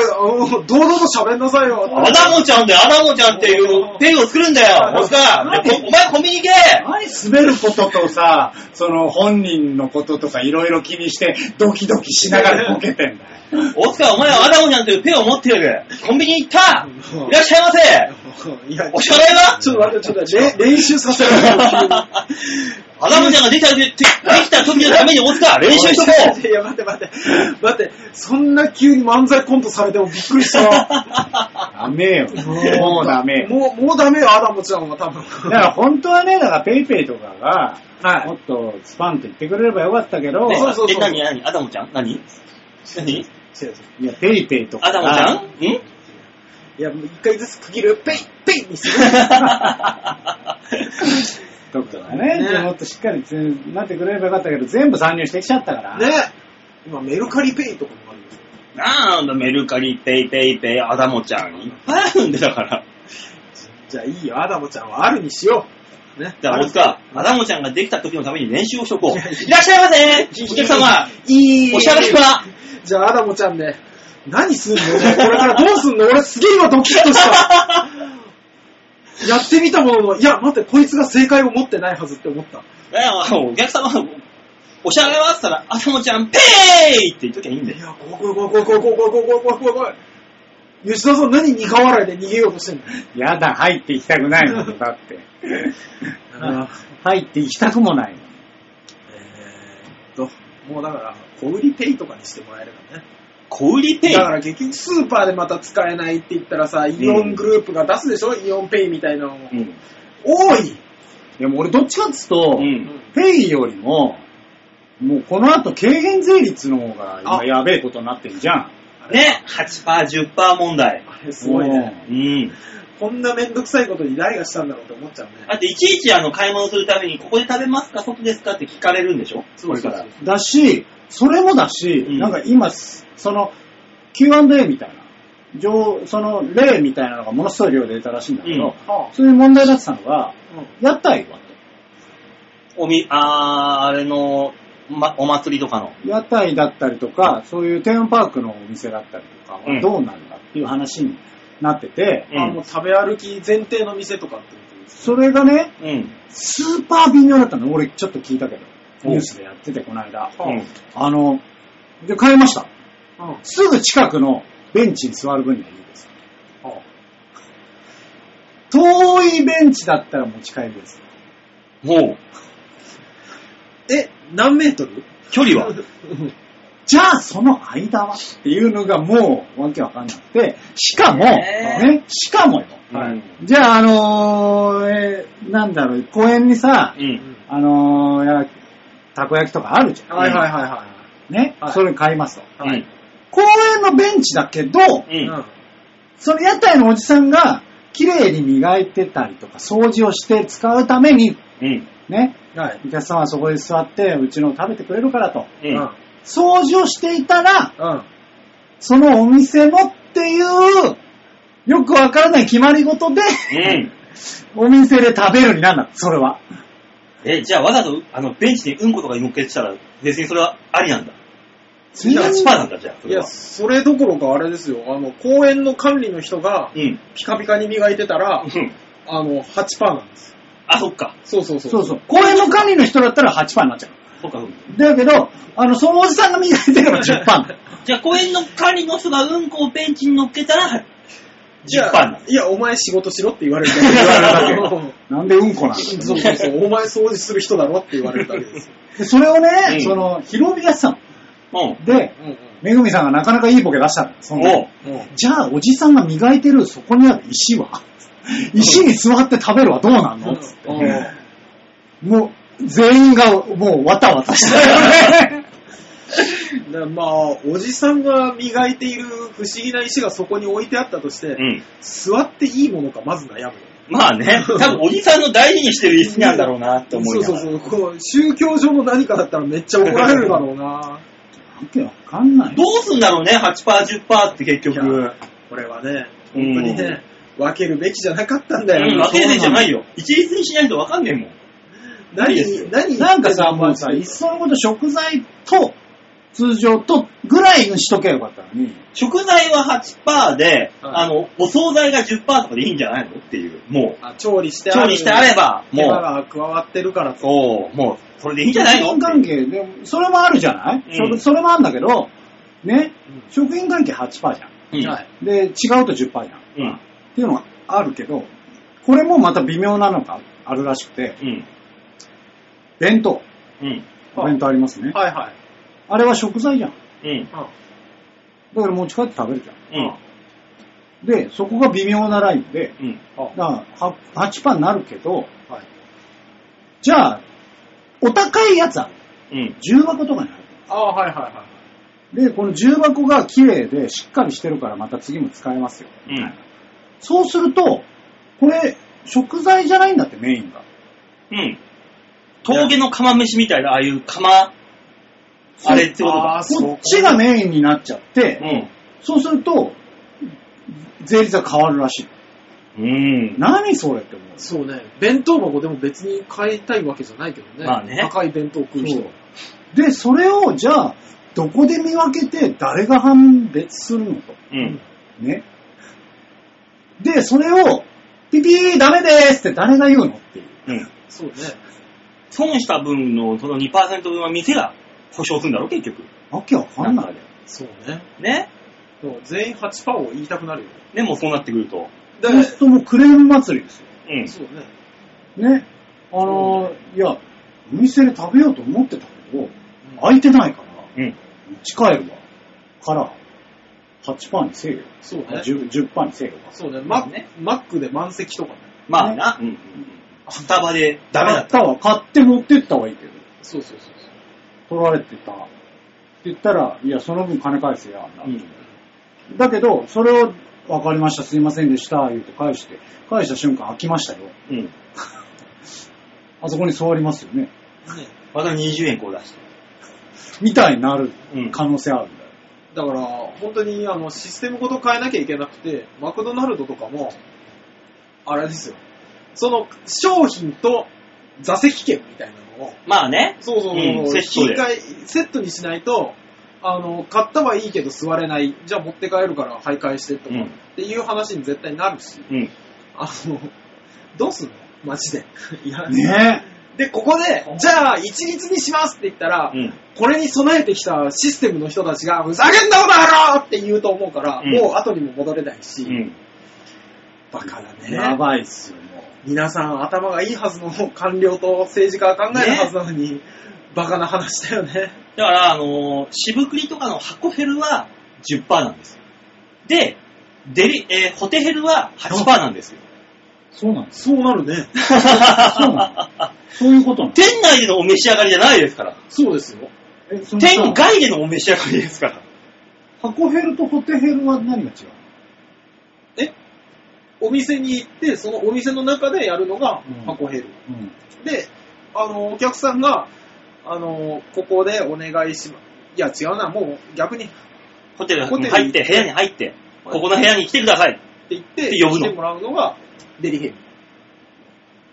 堂々と喋んなさいよ。アダモちゃんだよ、アダモちゃんっていうペイを作るんだよ、おっさん。何いやこお前コンビニ行け何滑ることとさ、その本人のこととかいろいろ気にしてドキドキしながらボケてんだよ。大塚、お前はアダムちゃんというペンを持っている。コンビニ行ったいらっしゃいませいやお支払い はちょっと待って、ちょっと待 って、れ練習させろよ。アダムちゃんが出た、ででできた時のために大塚、練習し とこいや、待って待って。待って、そんな急に漫才コントされてもびっくりしたわ。ダメよ。もうダメよ。もう、もうダメよ、アダムちゃんは多分。だから本当はね、だからペイペイとかが、はいもっとスパンと言ってくれればよかったけどう。、ねそうそうそうえ、何、何アダムちゃん何何違う違ういや、ペイペイとかアダムちゃんんいや、もう一回ずつ区切る。ペイペイにする。とかね、ねもっとしっかりつなってくれればよかったけど、全部参入してきちゃったから。ね。今、メルカリペイとかもあるんですよ。 なんだ、メルカリ、ペイペイペイ、アダムちゃん。いっぱいあるんで、だから。じゃあいいよ、アダムちゃんはあるにしよう。ね。じゃあ、大る塚、アダムちゃんができた時のために練習をしとこう。いらっしゃいませお客様、いい。お支払いはじゃあ、アダモちゃんね、何すんの ねこれからどうすんの俺すげえ今ドキッとした。やってみたものの、いや、待って、こいつが正解を持ってないはずって思った。いやお客様、お支払いはって言ったら、アダモちゃん、ペイって言っときゃいいんだいよ。や、怖い怖い怖い怖い怖い怖い怖い怖い怖い怖い。吉田さん何苦笑いで逃げようとしてんのやだ、入っていきたくないもん、だって。入っていきたくもないもん。と。もうだから、小売りペイとかにしてもらえればね。小売りペイだから結局スーパーでまた使えないって言ったらさ、イオングループが出すでしょ、イオンペイみたいなのも。うん。多いでも俺どっちかっつうと、うん。ペイよりも、もうこの後軽減税率の方が今やべえことになってるじゃん。ね、8%、10%問題。あれすごいね。うん。こんなめんどくさいことに誰がしたんだろうって思っちゃうね。だっていちいちあの買い物するために、ここで食べますか、外ですかって聞かれるんでしょそうそうそうこれかだし、それもだし、うんなんか今、その Q&A みたいな、上その例みたいなのがものすごい量出たらしいんだけど、はそういう問題だったのが、あうん屋台はおみ、あー、あれの、ま、お祭りとかの。屋台だったりとか、そういうテーマパークのお店だったりとかうんはどうなんだっていう話になってて、うんあもう食べ歩き前提の店とかってことですそれがね、うん。スーパー微妙だったの。俺ちょっと聞いたけど、おニュースでやってて、この間。うん。あの、で、買いました。うん。はすぐ近くのベンチに座る分にはいいです。あ遠いベンチだったら持ち帰りです。もう、え、何メートル距離は。じゃあ、その間はっていうのがもう、わけわかんなくて、しかも、ねえね、しかもよ。はい。じゃあ、あのーえーなんだろう、公園にさう、ん。あのーやたこ焼きとかあるじゃはいはいはいはん。ね、はいそれ買いますと。うん。うん。公園のベンチだけど、い。うん。その屋台のおじさんが、綺麗に磨いてたりとか、掃除をして使うために、うん。ね、うん。はい。お客さんはそこで座って、うちのを食べてくれるからと。う。うん。うんん。掃除をしていたら、そのお店のっていう、よくわからない決まり事で、うん。お店で食べるになんだって、それは。え、じゃあわざと、あの、ベンチにうんことかに乗っけてたら、別にそれはありなんだ。い8%やなんだ、じゃあ、そいれや、は。それどころかあれですよ。あの、公園の管理の人がうん。ピカピカに磨いてたら、うんあの、8%なんです。あ、そっか。そうそうそう。そうそう。公園の管理の人だったら8%になっちゃう。そっか、そっか。だけど、あの、そのおじさんが磨いてれば10% だよ。じゃあ、公園の管理の人がうんこをベンチに乗っけたら、じゃ10%なんあだ、。いや、お前仕事しろって言われる 言われるだなんでうんこなんだけ。そうそうそう。お前掃除する人だろって言われるだけですよ。でそれをね、うんその、広尾がやってたの。うん。で、うんうん。めぐみさんがなかなかいいボケ出したの。そのおうじゃあ、おじさんが磨いてるそこにある石は、石に座って食べるはどうなんのつって。もう、全員がもうわたわたした よね。でまあ、おじさんが磨いている不思議な石がそこに置いてあったとして、うん。座っていいものかまず悩むよ。まあね、多分おじさんの大事にしてる椅子なんだろうなって思いそうながそうら。そう。こう宗教上の何かだったらめっちゃ怒られるだろ うな。わけわかんない。どうすんだろうね、8%、10%って結い局。これはね、本当にね、分けるべきじゃなかったんだよ。うん、分けれてんじゃないよ。一律にしないと分かんねえもん。いいですよ何、何なんかさ、もうさ、いっ一そのこと食材と、通常と、ぐらいにしとけばよかったのに。食材は8%で、はいあの、お惣菜が10%とかでいいんじゃないのっていう。もあ調理してう、ある。調理してあれば、手間もが加わってるからう、そう、もう、それでいいんじゃないの食品関係、でも、それもあるじゃない、うん食それもあるんだけど、ねうん、食品関係8%じゃん。うんはいで、違うと10%じゃん。っうん。ていうのがあるけど、これもまた微妙なのがあるらしくて、うん。弁当。うん。お弁当ありますね。はいはい。あれは食材じゃん。うん。だから持ち帰って食べるじゃん。うん。で、そこが微妙なラインで、うん。だから8%になるけど、はいじゃあ、お高いやつある。うん。重箱とかにあああ、はいはいはい。る。で、この重箱が綺麗でしっかりしてるからまた次も使えますよ。うん。そうすると、これ、食材じゃないんだってメインが。うん。峠の釜飯みたいな、ああいう釜、そうあれってことあか。そうこっちがメインになっちゃって、うん。そうすると、税率が変わるらしい。うん。何それって思う。そうね。弁当箱でも別に買いたいわけじゃないけどね。まあね高い弁当食う人そうで、それをじゃあ、どこで見分けて誰が判別するのと。うん。ね。で、それを、ピピーダメですって誰が言うのっていう。うん。そうね。損した分の、その2%分は店が保証するんだろ、結局。わけわかんない。そうね。ね。でも全員8%を言いたくなるよ。でもそうなってくると。だそうするともうクレーム祭りですうん。そうね。よ。ね。あのーいや、お店で食べようと思ってたけうど、ん空いてないから、うん。持ち帰るわ。から、8パーにせえよ。そうね。 10, 10パーにせえよ。そうね。ママックで満席とかね。まあな。うんうん。スタバでダメだ買っ。ったたわ。買って持ってったはいいけど。そうそうそうそう。取られてた。って言ったら、いや、その分金返せや。うん。だけど、それを、わかりました、すいませんでした、言うて返して、返した瞬間開きましたよ。うん。あそこに座りますよね。ね。また20円こう出して。みたいになるうん可能性あるんだよ。だから、本当にあのシステムごと変えなきゃいけなくて、マクドナルドとかも、あれですよ。その商品と座席券みたいなのを、まあね。そうそうそう、うんセットで一回セットにしないと、あの、買ったはいいけど座れない。じゃあ持って帰るから徘徊してとうか、ん。っていう話に絶対なるし、うん。あの、どうすんのマジで。 いや、ねで、ここで、じゃあ一律にしますって言ったら、うん。これに備えてきたシステムの人たちが、ふざけんなこの野郎って言うと思うから、うんもう後にも戻れないし、うん。バカだえ。やね。ばいっすよ、もう。皆さん頭がいいはずの官僚と政治家は考えるはずなのに、バカな話だよね。だから、あのー、渋栗とかの箱ヘルは10%なんですよ。で、デリ、えーホテヘルは8%なんですよ。そうなんです。そうなるね。 そうなんです。そういうこ となんです。店内でのお召し上がりじゃないですから。そうですよ。え、そのさ店外でのお召し上がりですから。箱ヘルとホテヘルは何が違うお店に行って、そのお店の中でやるのがうん箱ヘル。うん。で、あの、お客さんが、あの、ここでお願いします。いや、違うな、もう逆にってホテルホテにル入って、部屋に入って、はこいこの部屋に来てください。言って、って呼ぶ来のてもらうのがデリヘル。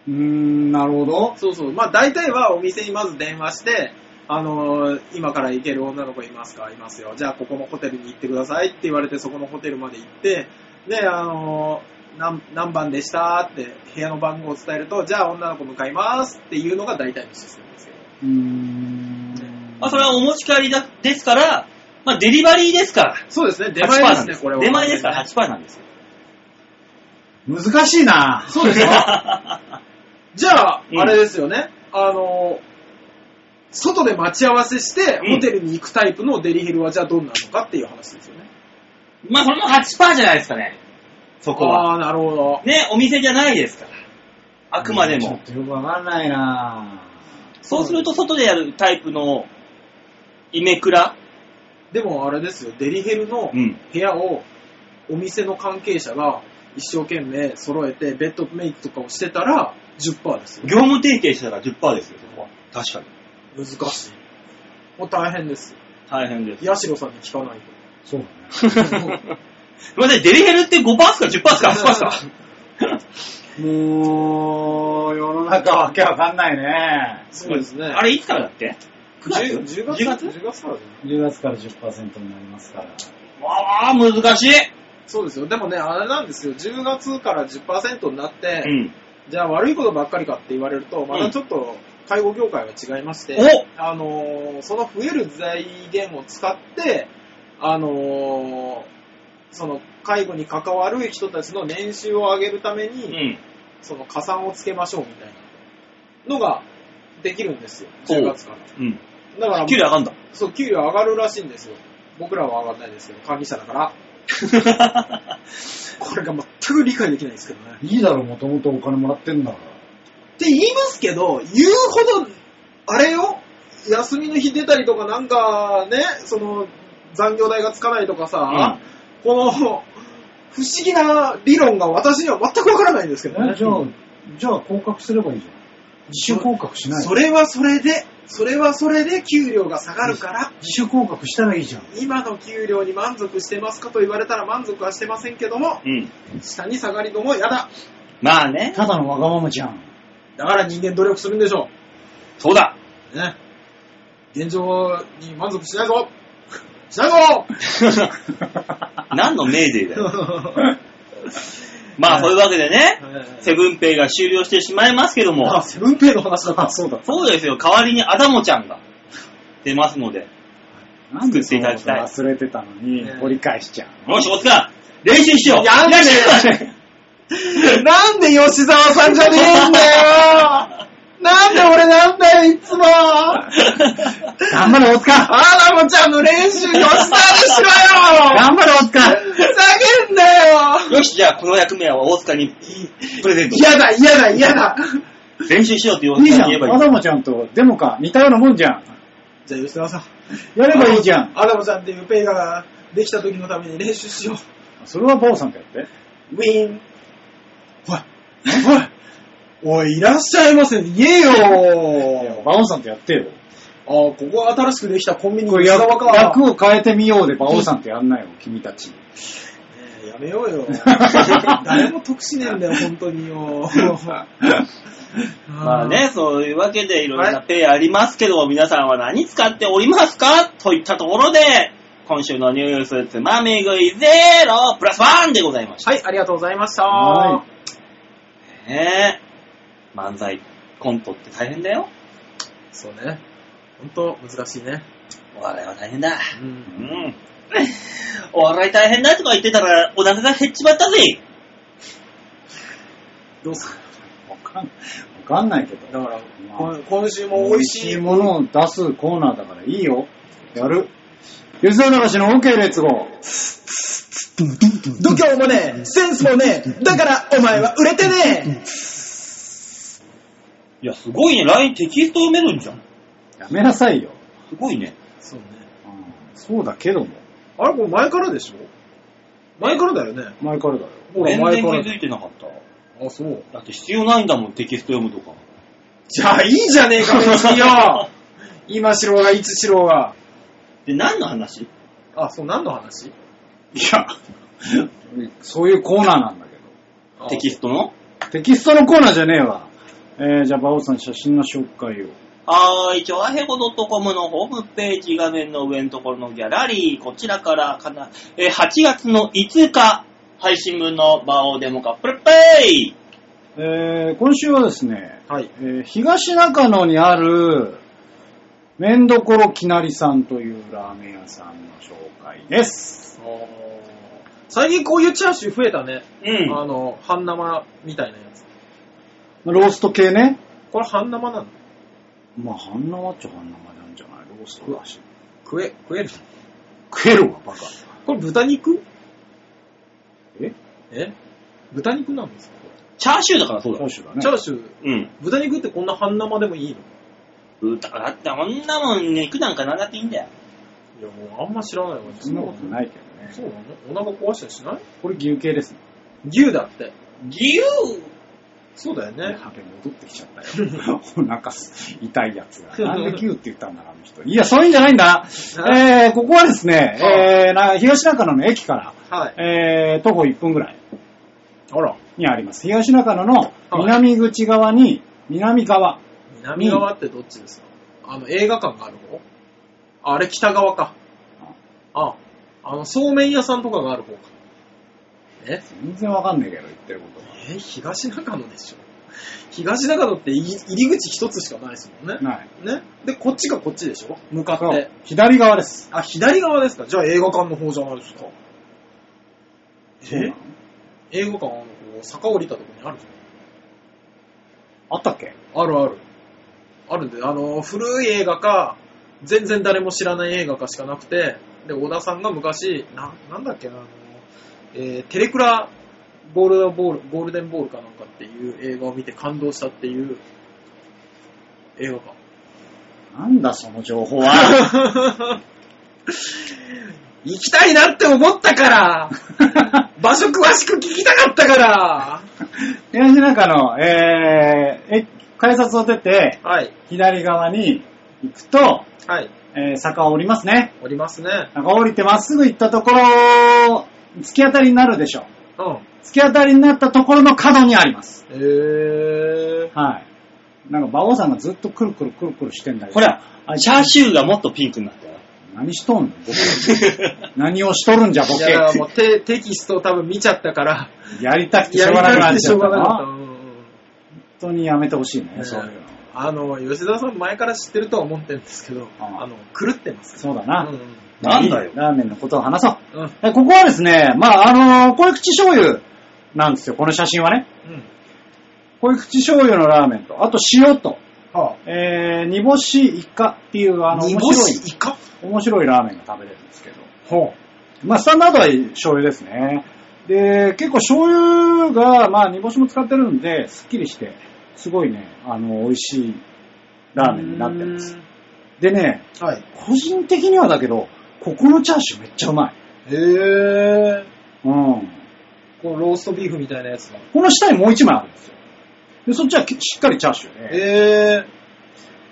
うーん、なるほど。そうそう。まあ大体はお店にまず電話して、あのー今から行ける女の子いますかいますよ。じゃあここのホテルに行ってくださいって言われて、そこのホテルまで行って、で、あのーなん何番でしたって部屋の番号を伝えると、じゃあ女の子向かいますっていうのが大体のシステムですけど。うーん。まあ、それはお持ち帰りだですから、まあ、デリバリーですから。そうですね、出8%前でなすんでね、す。これは。出前ですから8%なんですよ。難しいなそう ですよ。じゃあ、うんあれですよね。あのー外で待ち合わせして、うんホテルに行くタイプのデリヘルはじゃあどんなのかっていう話ですよね。まあ、これも8%じゃないですかね。そこは。ああー、なるほど。ね、お店じゃないですから。あくまでちょもっ。とよくわかんないなそうすると、外でやるタイプの、イメクラ。でもあれですよ、デリヘルのうん。部屋をお店の関係者が一生懸命揃えてベッドメイクとかをしてたら10%ですよ。業務提携したら10%ですよ、そこは。確かに。難しい。もう大変です。大変です。 ヤシロさんに聞かないと。そうだね。すいません、デリヘルって5%っすか ?10% っすか ?8% っすかもう、世の中わけわかんないね。そうですね。あれいつからだっけ ?9 月 10, 10月 ?10 月 ?10 月からじゃない10月から10%になりますから。わあ、難しい。そうですよ。でもね、あれなんですよ。10月から10%になって、うん。じゃあ悪いことばっかりかって言われると、またちょっと介護業界は違いまして、おあのーその増える財源を使って、あのーその介護に関わる人たちの年収を上げるためうに、ん。その加算をつけましょうみたいなのができるんですよ、お10月から。うん。だから給料上がんだ。そう、給料上がるらしいんですよ。僕らは上がらないですけど、管理者だ から。これが全く理解できないですけどね。いいだろ、もともとお金もらってんだから。って言いますけど、言うほど、あれよ、休みの日出たりとか、なんかね、その残業代がつかないとかさ、この不思議な理論が私には全くわからないんですけどねえ。じゃあ、じゃあ降格すればいいじゃん。自主降格しないそ。れはそれで、それはそれで給料が下がるから、自主降格したらいいじゃん。今の給料に満足してますかと言われたら満足はしてませんけども、うん。下に下がりどもやだ。まあね。ただのわがままじ ゃん。だから人間努力するんでしょそう だ。う。ね。現状に満足しないぞしないぞ何のメーデーだよ。まあ、そういうわけでね、セブンペイが終了してしまいますけども、あ、セブンペイの話だった。そうだ。そうですよ、代わりにアダモちゃんが出ますので、なんでそんな作っていこただとき忘れてたのにね、掘り返しちゃう。もし、おつか、練習しようやんねなんで吉沢さんじゃ ねえんだよなんで俺なんだよ、いつもえダ頑張れ、大塚あらもちゃんの練習、吉田でしろよ頑張れ、大塚ふざけんなよよし、じゃあこの役目は大塚にプレゼント。嫌だ、嫌だ、嫌だ。練習しようって大いいじ塚ゃに言えん。ばいアい。ダモちゃんとデモか、似たようなもんじゃん。じゃあ吉田さん。やればいいじゃん。アダムちゃんっていうペイができた時のために練習しよそれは坊さんとやって。う。ウィーン。おい、おい、おい、いらっしゃいませ。言えよ。馬王さんとやってよ。あ、ここは新しくできたコンビニこれ吉役沢か。役を変えてみようで馬王さんとやんないよ、君たち。ねえやめよう よ。誰も得しねえんだよ、本当に よ。まあね、そういうわけでいろんなはペイありますけども、皆さんは何使っておりますかといったところで、今週のニュースつまみ食いゼロプラスワンでございました。はい、ありがとうございました。はねえ漫才、コントって大変だよ。そうね。本当難しいね。お笑いは大変だ。う。うんん。お笑い大変だとか言ってたら、お腹が減っちまったぜ。どうすかわかんわかんないけだど。から、まこあん今週も美味しい。ものを出すコーナーだからいいよ。やる。吉沢隆の OK レッツゴー。度胸もねえ、センスもねえ、だからお前は売れてねいや、すごいね。LINE テキスト読めるんじゃん。やめなさいよ。すごいね。え。そうね。うんそうだけども。あれ、これ前からでしょ前からだよね。前からだよ。ほら、全前然気から。づいてなかった。あ、そう。だって必要ないんだもん、テキスト読むとか。じゃあいいじゃねえ か、別によ。今しろが、いつしろが。で、何の話あ、そう、何の話いや、そういうコーナーなんだけど。 テキストのテキストのコーナーじゃねえわ。えー、じゃあ、馬王さん写真の紹介を。はーい、ちょわへこ .com のホームページ画面の上のところのギャラリー、こちらからかな、えー8月の5日、配信分のバオデモカプルペイえー、今週はですね、はい。えー東中野にある、めんどころきなりさんというラーメン屋さんの紹介です。最近こういうチャーシュー増えたね。うん。あの、半生みたいなやつ。ロースト系ね。これ半生なのまあ、半生っちゃ半生なんじゃないローストだし。食え、食える食えるわ、バカ。これ豚肉ええ豚肉なんですかこチャーシューだからそうだロ。シュだれねチ。ャーシュー、うん。豚肉ってこんな半生でもいいの歌だって、あんなもん肉なんかなんだっていいんだよ。いや、もうあんま知らないわ。そんなことないけどね。そうなのお腹壊したりしないこれ牛系ですね。牛だって。牛そうだよね。ハゲ戻ってきちゃったよ。 お腹す痛いやつが。なんでキューって言ったんだろう、あの人。いや、そういうんじゃない んだ。えー、ここはですね、ああえーな、東中野の駅かはい。ら、えー、徒歩1分ぐらいあら。にあります。東中野の南口側に、南側。南側ってどっちですかあの、映画館がある方ああれ、北側か。あ、あの、そうめん屋さんとかがある方か。え全然わかんないけど、言ってることが。え東中野でしょ東中野って入り入り口一つしかないですもんね。ない。ね。で、こっちがこっちでしょ向かっそてう。左側です。あ、左側ですかじゃあ映画館の方じゃないですか。そうなの映画館はあの、こう、坂降りたとこにあるじあったっけゃん。あるある。あるんで、あの、古い映画か、全然誰も知らない映画かしかなくて、で、小田さんが昔、な、なんだっけな、あの、えーテレクラゴールドボール、ゴールデンボールかなんかっていう映画を見て感動したっていう映画館。なんだ、その情報は。 行きたいなって思ったから、場所詳しく聞きたかったから。東中野、えー、え改札を出て、はい、左側に行くと、はい、えー坂を降りますね。おりますね。坂を降りてまっすぐ行ったところ、突き当たりになるでしょうん。う。突き当たりになったところの角にあります。えー、はい。なんか、馬王さんがずっとくるくるくるくるしてんだけど。ほら、チャーシューがもっとピンクになったよ。何しとんのボケ。何をしとるんじゃ、ボいやだからもケ。うテテキストを多分見ちゃったから、やりたくてしやょうりがなくたなくってちしょゃっうたがなかった。な。うんうんうん本当にやめてほしいねね、そういうの。あの、吉田さん前から知ってるとは思ってるんですけど、あああの、狂ってます。そうだうな。んなんだよラーメンのことを話そう。うん。うん。えここはですね、まあ、あのー、濃い口醤油なんですよ、この写真はね。うん。濃い口醤油のラーメンと、あと塩と、はえー、煮干しイカっていう、あの、煮面干白い、しイカ面白いラーメンが食べれるんですけど。ほう。まあ、スタンダードは醤油ですね。で、結構醤油が、まあ、煮干しも使ってるんで、すっきりして、すごいね、あの、美味しいラーメンになってます。。でね、はい。個人的にはだけど、ここのチャーシューめっちゃうまい。へえ。うん。このローストビーフみたいなやつが。この下にもう一枚あるんですよ。で、そっちはきしっかりチャーシューで、へえ。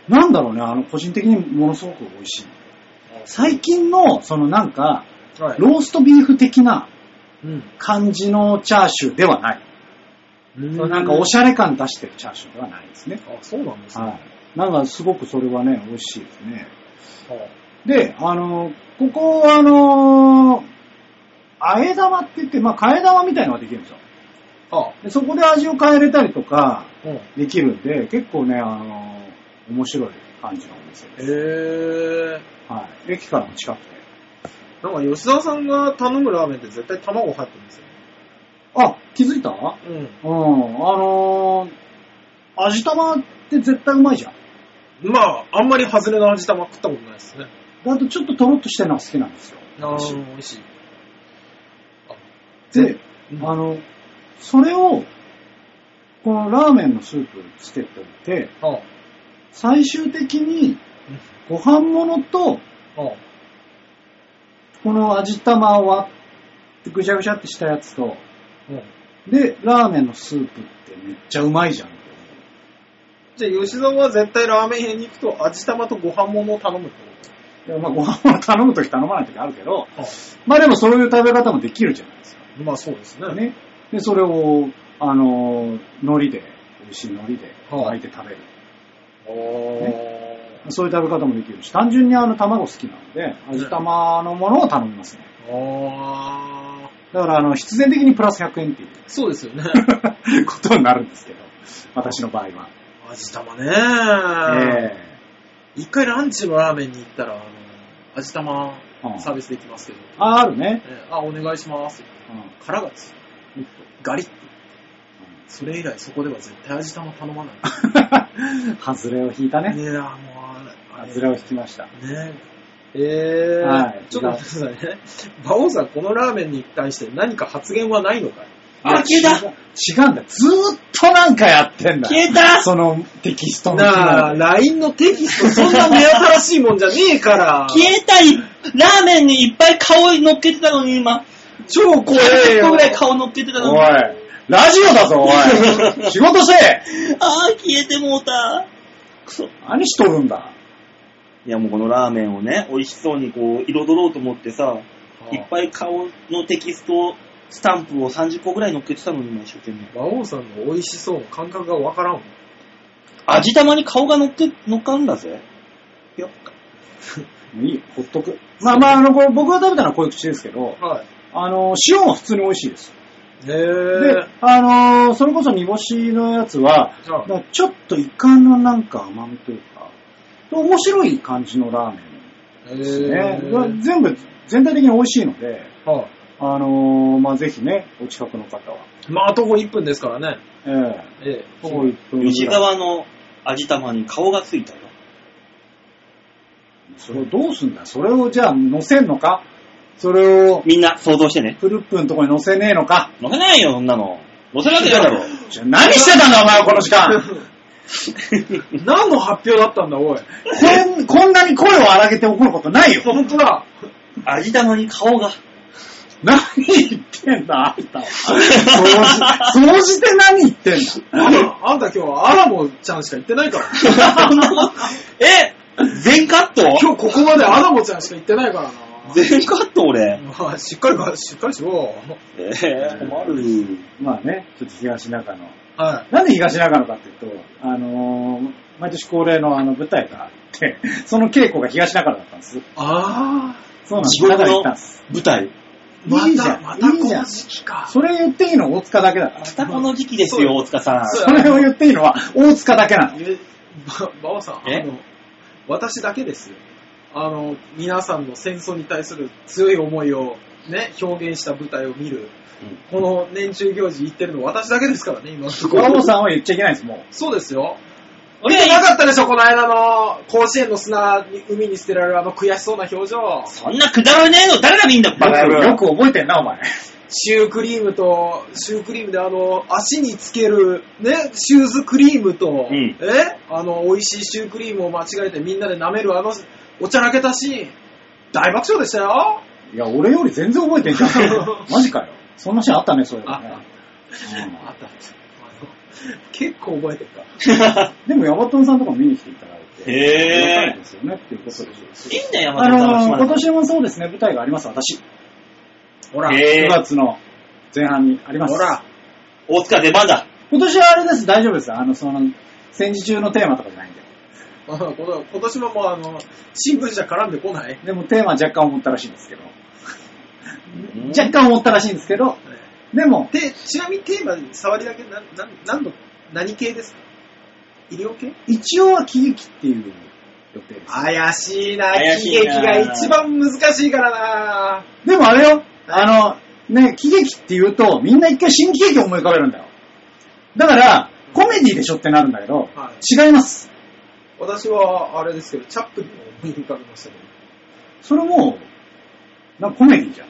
なんだろうね、あの、個人的にものすごく美味しい。最近の、そのなんか、はい。ローストビーフ的なうん。感じのチャーシューではない。そのなんかおしゃれ感出してるチャーシューではないですね。あ、そうなんですね。はい。なんかすごくそれはね、美味しいですね。で、あの、ここはあの、あえ玉って言って、まあ、替え玉みたいのができるんですよ。あ、でそこで味を変えれたりとか、うん。へできるんで、結構ね、あの、面白い感じのお店です。え。はい。駅からも近くて。なんか吉沢さんが頼むラーメンって絶対卵入ってるんですよ。あ、気づいたうん。うん。あのー、味玉って絶対うまいじゃん。まあ、あんまり外れの味玉食ったことないですね。だとちょっとトロッとしてるのが好きなんですよ。あー美味しい。で、うんあの、それを、このラーメンのスープにつけておいて、ああ、最終的にご飯物あとあ、この味玉を割ってぐちゃぐちゃってしたやつと、うん。で、ラーメンのスープってめっちゃうまいじゃんって思う。じゃあ、吉沢は絶対ラーメン屋に行くと、味玉とご飯物を頼むっていやまあ、ご飯を頼むとき頼まないときあるけど、ことまあでもそういう食べ方もできるじゃないですか。まあ、そうですね。ね。で、それを、あの、海苔で、美味しい海苔ではい巻いて食べる。おーそういう食べ方もできるし、単純にあの卵好きなので、味玉のものを頼みますね。あーだから、あの、必然的にプラス100円っていそうですよね。うことになるんですけど、私の場合は。 味玉えね。え一回ランチのラーメンに行ったら、あの味玉うんサービスできますけど、あ、あるね。えーあ、お願いします。うん 殻がですよ。ガリッて。それ以来、そこでは絶対味玉頼まない。外れを引いたね。ねえ、あもう、あれ外れを引きました。ねえ。えー、はいちょっと待ってくださいね。馬王さん、このラーメンに対して何か発言はないのかいあ、消えた違うんだよ。ずーっとなんかやってんだよ。消えたそのテキストの機能なあ、で LINE のテキスト、そんな目新しいもんじゃねえから。消えたい ラーメンにいっぱい顔乗っけてたのに今、超怖え100個よぐ。らい顔乗っけてたのおに、いあ、ラジオだぞ、お い。仕事せえー、消えてもうた。くそ。何しとるんだ。いやもうこのラーメンをね、美味しそうにこう、彩ろうと思ってさ、いっぱい顔のテキスト、スタンプを30個ぐらい乗っけてたのに今一生懸命。馬王さんの美味しそうの感覚がわからんわ。味玉に顔が乗っけ、乗っかるんだぜ。ぴょっもういいよ、ほっとく。まあまあ、あの、これ僕が食べたのは濃い口ですけど、はい。あの、塩は普通に美味しいです。へえで、あの、それこそ煮干しのやつは、じゃあ、なんかちょっとイカのなんか甘みというか、面白い感じのラーメえー、ンですね。全部、全体的に美味しいので、はあのまあぜひね、お近くの方は。いまあ、徒歩1分ですからね。ええええこ こ一と分ぐらい西側の味玉に顔がついたよ。それをどうすんだそれをじゃあ乗せんのかそれをみんな想像してね。フルップのとこに乗せねえのか乗せないよ、そんなの。乗せるわけない だろ。じゃあ何してたんだお前はこの時間何の発表だったんだ、おい。こんこんなに声を荒げて怒ることないよ本当だ。味玉に顔が。何言ってんだあんたは。掃除、掃除て何言ってんだあらあんた今日はアラモちゃんしか言ってないから。 え全カット今日ここまでアラモちゃんしか言ってないからな。全カット俺。まあ、しっかりか、しっかりしろ。えー、困る。まあね、ちょっと東中野。はなんで東中野かっていうと、あのー毎年恒例のあの舞台があって、その稽古が東中野だったんですい。。あそうなんです。地獄だから行のったんです。舞台。まいいじゃた、んまたいいこじゃのん時期か。それ言っていいの大塚だけだから。またこの時期ですよ、そう大塚さん。そうそれを言っていいのは大塚だけなの。え、ば、ばおさん、えあの、私だけですよ。あの、皆さんの戦争に対する強い思いを、ね、表現した舞台を見る。この年中行事行ってるの私だけですからね、今のとこコラろボ。さんは言っちゃいけないんです、もう。そうですよ。見てなかったでしょ、この間の甲子園の砂に、海に捨てられるあの悔しそうな表情。そんなくだらねえの誰が見んだ、バカ野郎。よく覚えてんな、お前。シュークリームと、シュークリームであの、足につける、ね、シューズクリームと、うんえあの、美味しいシュークリームを間違えてみんなで舐めるあの、おちゃらけたシーン、大爆笑でしたよ。いや、俺より全然覚えてん じゃん。マジかよ。そんなシーンあったね、そういえばあね。あった。あの結構覚えてるか。うんでも、ヤバトンさんとかも見に来ていただいて。へーよかったですよね、っていうことでいいんだよ、あ山田さんはのー、島田今さん。年もそうですね、舞台があります、私。ほら、へえ9月の前半にあります。ほら、大塚出番だ。今年はあれです、大丈夫です。あの、その、戦時中のテーマとかじゃないんで。あのこの今年ももうあの、新聞じゃ絡んでこない。でもテーマは若干思ったらしいんですけど。若干思ったらしいんですけど、でも、で、ちなみにテーマ、触りだけ、な、な、何の、何系ですか医療系一応は喜劇っていう予定です。怪しいな、怪喜しい劇なが一番難しいからなでもあれよ、あの、ね、喜劇って言うと、みんな一回新喜劇を思い浮かべるんだよ。だから、コメディでしょってなるんだけど、は違います。私は、あれですけど、チャップリンを思い浮かべましたけそれも、なんかコメディじゃん。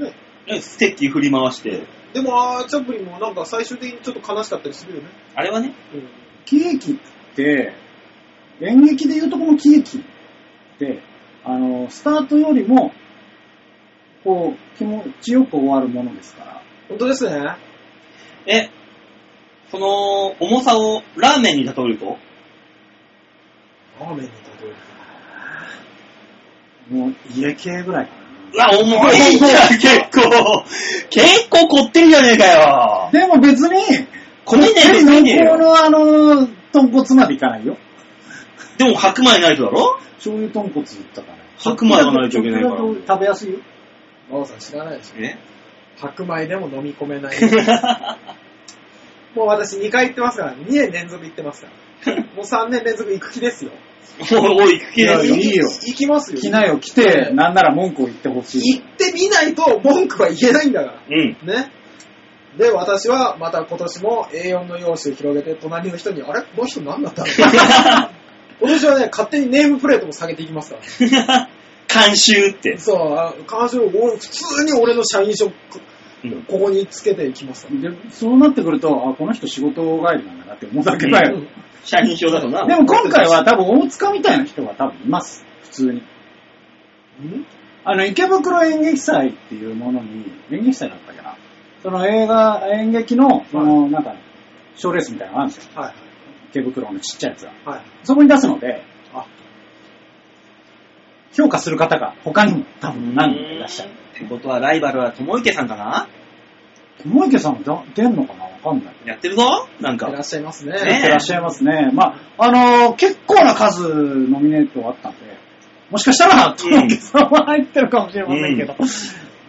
ど。ね。えステッキ振り回して。でも、あーチャップリンもなんか最終的にちょっと悲しかったりするよね。あれはね、うん。喜劇って、演劇で言うとこの喜劇って、あの、スタートよりも、こう、気持ちよく終わるものですから。本当ですね。え、その、重さをラーメンに例えるとラーメンに例えるもう、家系ぐらいかうわ、重いじゃん、結構。結構凝ってるじゃねえかよな。。でも別に、こねねえよ、こねねえこよ。のあの、豚骨までいかないよ。でも白米ないとだろ醤油豚骨だから。白米がないといけないからちょっとだけ食べやすいよ。な。馬王さん知らないでしょ。え白米でも飲み込めない。 もう私2回行ってますから、2年連続行ってます から。もう3年連続行く気ですよ。もう、おい、行く気いでやすいよ。いよ行きますよ。来なよ、来て、なんなら文句を言ってほし行い。ってみないと文句は言えないんだかうん。 ら。ね。で、私はまた今年も A4 の用紙を広げて、隣の人に、あれこの人何だ ったの今年はね、勝手にネームプレートも下げていきますから。監修って。そう、あ彼女を普通に俺の社員証、こうんここにつけていきますから。で、そうなってくると、あ、この人仕事帰りなんだなって思うだけだよ。うん社員証だとな。でも今回は多分大塚みたいな人が多分います。普通に。うんあの、池袋演劇祭っていうものに、演劇祭だったかな。その映画、演劇の、その、なんか、賞レースみたいなのがあるんですよ。はい池袋のちっちゃいやつが。はい。はい。そこに出すので、あ評価する方が他にも多分何人かいらっしゃる。ってことは、ライバルは友池さんかな友池さんだ出んのかなわかんない。やってるぞなんかいら。っしゃいますね。ね出てらっしゃいますね。まあ、あのー結構な数ノミネートあったんで、もしかしたら、友池さんは入ってるかもしれませんけど、ま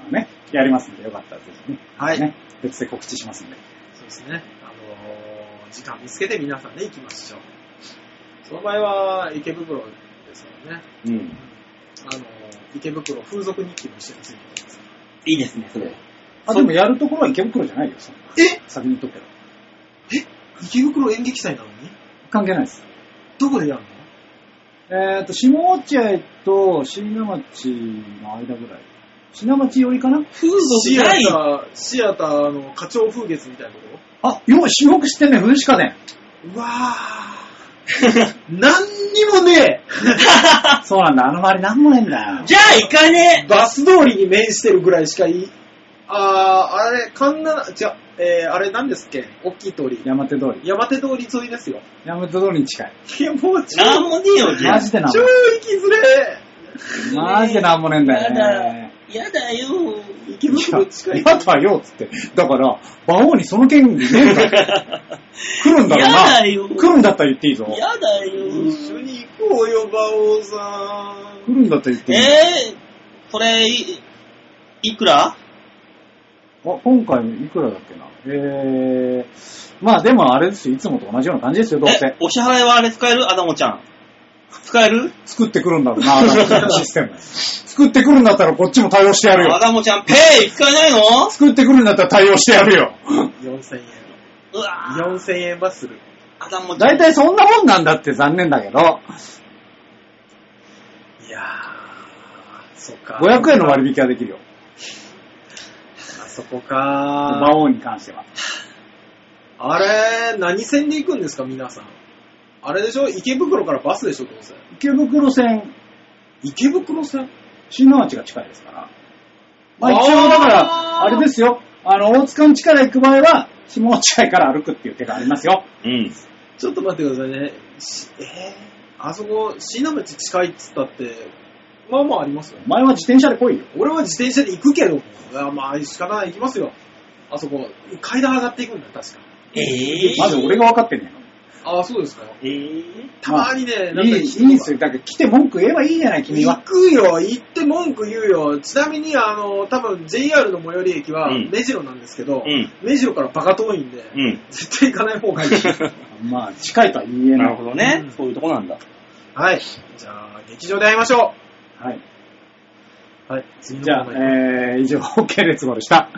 あね、やりますんで、よかったらぜひね。はい。ね、別で告知しますんで。そうですね。あのー時間見つけて皆さんで行きましょう。その場合は池袋ですからね。うん。あのー池袋風俗日記もしてほしいと思います。いいですね、それ。あ、でもやるところは池袋じゃないよ、そのえ先に言っとくけど。池袋演劇祭なのに関係ないです。どこでやるのえっ、と、下落合と新名町の間ぐらい。新名町寄りかな風シアないター、シアターの課長風月みたいなとこあ、よう、よく知ってんね、風刺家電。ろうわー。 なんにもねそうなんだ、あの周りなんもねえんだよ。じゃあ、行かね えバス通りに面してるぐらいしかいい。あー、あれ、神奈川、違う、えー、あれなんですっけ大きい通り。山手通り。山手通り沿いですよ。山手通りに近い。いや、もうえちょなんもねえよ、じゃあマ。ジでなん超も行きづれマジでなんもねえんだよね。やだよ。池袋近いやだよっつって。だから、馬王にその権利ねえ から。来るんだろうやな。だよ。来るんだったら言っていいぞ。やだ一よ。緒に行こうよ、馬王さ来ん。るんだったら言っていい。えー、これ、いいくらあ、今回いくらだっけな。えー、まあでもあれですよ、いつもと同じような感じですよ、どうえせ、。お支払いはあれ使えるアダモちゃん。使える作ってくるんだろうな、あのシステム。作ってくるんだったらこっちも対応してやるアよ。ダモちゃん、ペイ使えないの作ってくるんだったら対応してやるよ。 4000円。うわ4000円はする。頭も大体そんなもんなんだって残念だけど、いやー、そっか。 500円の割引はできるよ。あそこか馬王に関しては。あれ、何線で行くんですか、皆さん。あれでしょ池袋からバスでしょ、どうせ。池袋線、池袋線新能町が近いですから。まあ一応だから、あーあれですよ。あの、大塚の地から行く場合は、下落合から歩くっていう手がありますよ。うん。ちょっと待ってくださいね。しえー、あそこ、椎名町近いっつったって、まあまあありますよ。お前は自転車で来いよ。俺は自転車で行くけど、いやまあ仕方ない、行きますよ。あそこ、階段上がっていくんだよ、確か。ええまず俺が分かってんねん。ああ、そうですか。ええたまにね、なんいかい、いいんすよ。だから来て文句言えばいいじゃない、君行は。くよ、行って文句言うよ。ちなみに、あの、多分 JR の最寄り駅はうん目白なんですけど、うん。目白からバカ遠いんで、うん。絶対行かない方 がいい。まあ、近いとは言えななるい。ほどね。うんそういうとこなんだ。はい。じゃあ、劇場で会いましょはい。う。はい。次じゃあ、えー、以上、OK 列号でした。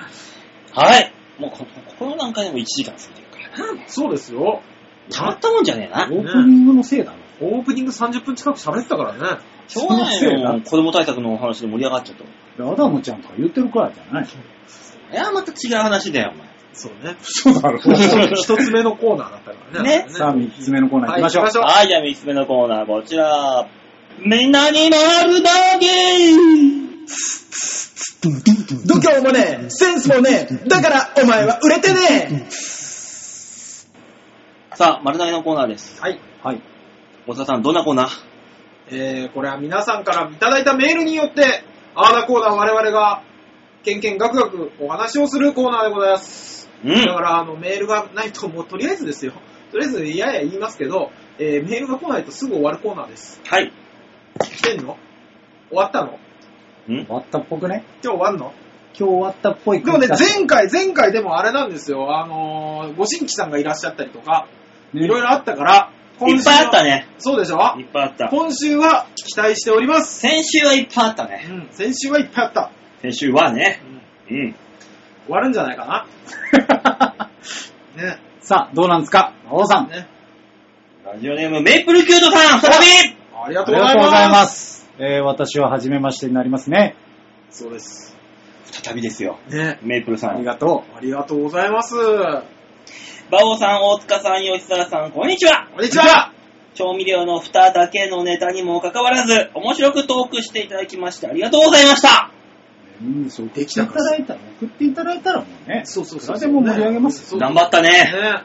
はい。もうこ、ここの段階でも1時間過ぎてるからな。そうですよ。たまったもんじゃねえオな。ープニングのせいだろ。オープニング30分近く喋ってたからね。しょうがないそのせいよ。だもう子供対策のお話で盛り上がっちゃった。アダムちゃんとか言ってるくらいじゃないいや、また違う話だよ、お前。そうね。そうだろ。一つ目のコーナーだったからね。ね さあ、三つ目のコーナー行きましょう。はい行きましょうはい、じゃあ3つ目のコーナー、こちら。みんなに回るだけ度胸もねえ、センスもねえ、だからお前は売れてねさあ、丸投げのコーナーです。えはい。はい。小田さん、どんなコーナーえー、これは皆さんからいただいたメールによって、あーだこーだ我々が、けんけんガクガクお話をするコーナーでございます。うだん。から、あの、メールがないと、もうとりあえずですよ。とりあえず、やや言いますけど、えー、メールが来ないとすぐ終わるコーナーです。はい。来てんの終わったのうん終わったっぽくね。今日終わんの今日終わったっぽいでもね、前回、前回でもあれなんですよ。あのー、ご新規さんがいらっしゃったりとか、いろいろあったから、いっぱいあったね。ね。そうでしょいっぱいあった。今週は期待しております。先週はいっぱいあったね。うん、先週はいっぱいあった。先週はね。うん、うん。終わるんじゃないかな。ね、 さあ、どうなんですか馬王さん。ね。ラジオネーム、メイプルキュートさん、再びありあがとりうごがざいとまうす。ございます。えー、私は初めましてになりますね。そうです。再びですよ。ね。メイプルさありん。がとありがとうございます。こバオさん、大塚さん、吉沢さん、こんにちは。んにちは。調味料の蓋だけのネタにもかかわらず、面白くトークしていただきまして、ありがとうございました。う。うん、そう、ででききたたかからら。いただいたら、送っていただいたらもうね。そうそうそれでもう盛り上げますよそう頑張ったね。ね。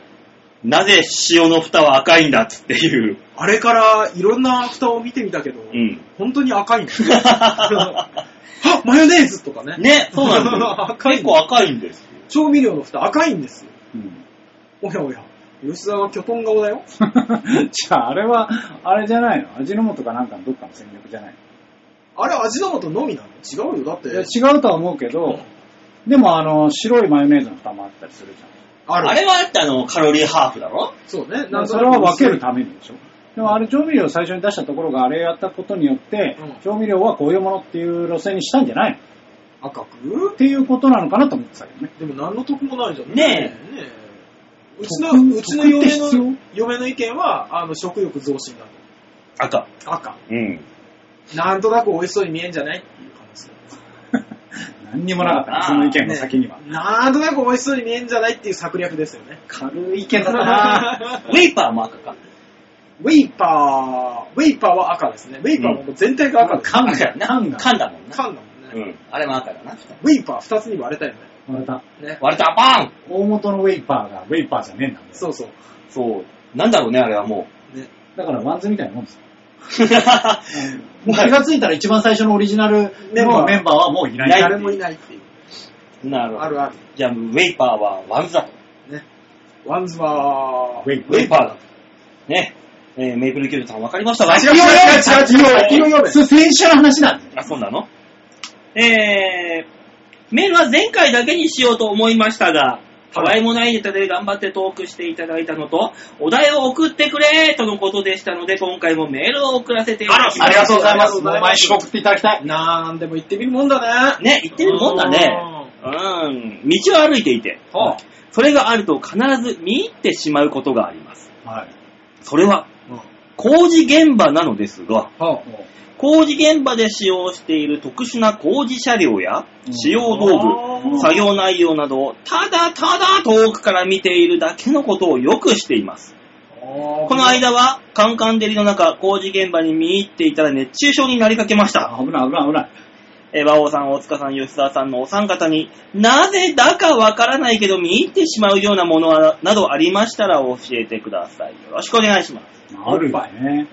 なぜ塩の蓋は赤いんだっつっていう。あれからいろんな蓋を見てみたけど、うん。本当に赤 いね。あ、マヨネーズとかね。ね、そうなんですよ。赤い結構 赤いんですよ。調味料の蓋赤いんですよ。うん。おやおや。吉沢は巨トン顔だよ。 じゃあ、あれは、あれじゃないの味の素かなんかのどっかの戦略じゃないあれ味の素のみなの違うよ。だっのいてや、違うとは思うけど、でもあの、白いマヨネーズの蓋もあったりするじゃん。ある。あれはだってあの、カロリーハーフだろそうね。まなあんとそなれくは分けるためにでしょ。でもあれ調味料を最初に出したところがあれやったことによって、うん調味料はこういうものっていう路線にしたんじゃないのっ赤くていうことなのかなと思ってたけどね。 でも何の得もないじゃん。ねえ。ねえうちの、得うちの嫁得って必の、嫁の意見は、あの、食欲増進だ赤。と。赤。うん。なんとなく美味しそうに見えんじゃないっていう話だよ何にもなかった、その意見の先には。なんとなく美味しそうに見えんじゃないっていう策略ですよ ね。軽い意見だったな ウェイパーも赤か。ウェイパー、ウェイパーは赤ですね。ウェイパーはもう全体が赤です。缶だよな。缶だ缶だもんな。缶だもんね。うん。あれも赤だな。ウェイパー二つに割れたよね。また、ね。割れたパン大元のウェイパーがウェイパーじゃねえんだもんそうそう。そう。なんだろうね、あれはもね。だからワンズみたいなもんですよ。う。もう気がついたら一番最初のオリジナルメンバーのメンバーはもういない。誰もいないっていう。 なるあほど。るある。じゃあ、ウェイパーはワンズだと。ワンズは、ウェイウェイパーだと。ね。えー、メイプルキュートさん分かりましたか違う違う違う違う違う違うそれ先週の話なんだよ。あ、そうなのえー、メールは前回だけにしようと思いましたが、たわいもないネタで頑張ってトークしていただいたのと、お題を送ってくれとのことでしたので、今回もメールを送らせていただきまあしりた。がとうございあります。がとうごもうざいます毎週送っていただきたい。なんでも言ってみるもんだね。ね、言ってるもんだね。うん。道を歩いていて、はあそれがあると必ず見入ってしまうことがあります。はい。それは、うん工事現場なのですが、は工事現場で使用している特殊な工事車両やうん使用あ道具、ー作業内容などをただただ遠くから見ているだけのことをよくしています。ここの、間はカンカン照りの中、工事現場に見入っていたら熱中症になりかけました。危ない危ない危ない。エヴァ王さん、大塚さん、吉沢さんのお三方になぜだかわからないけど見入ってしまうようなものはなどありましたら教えてください。よろしくお願いします。あるよね。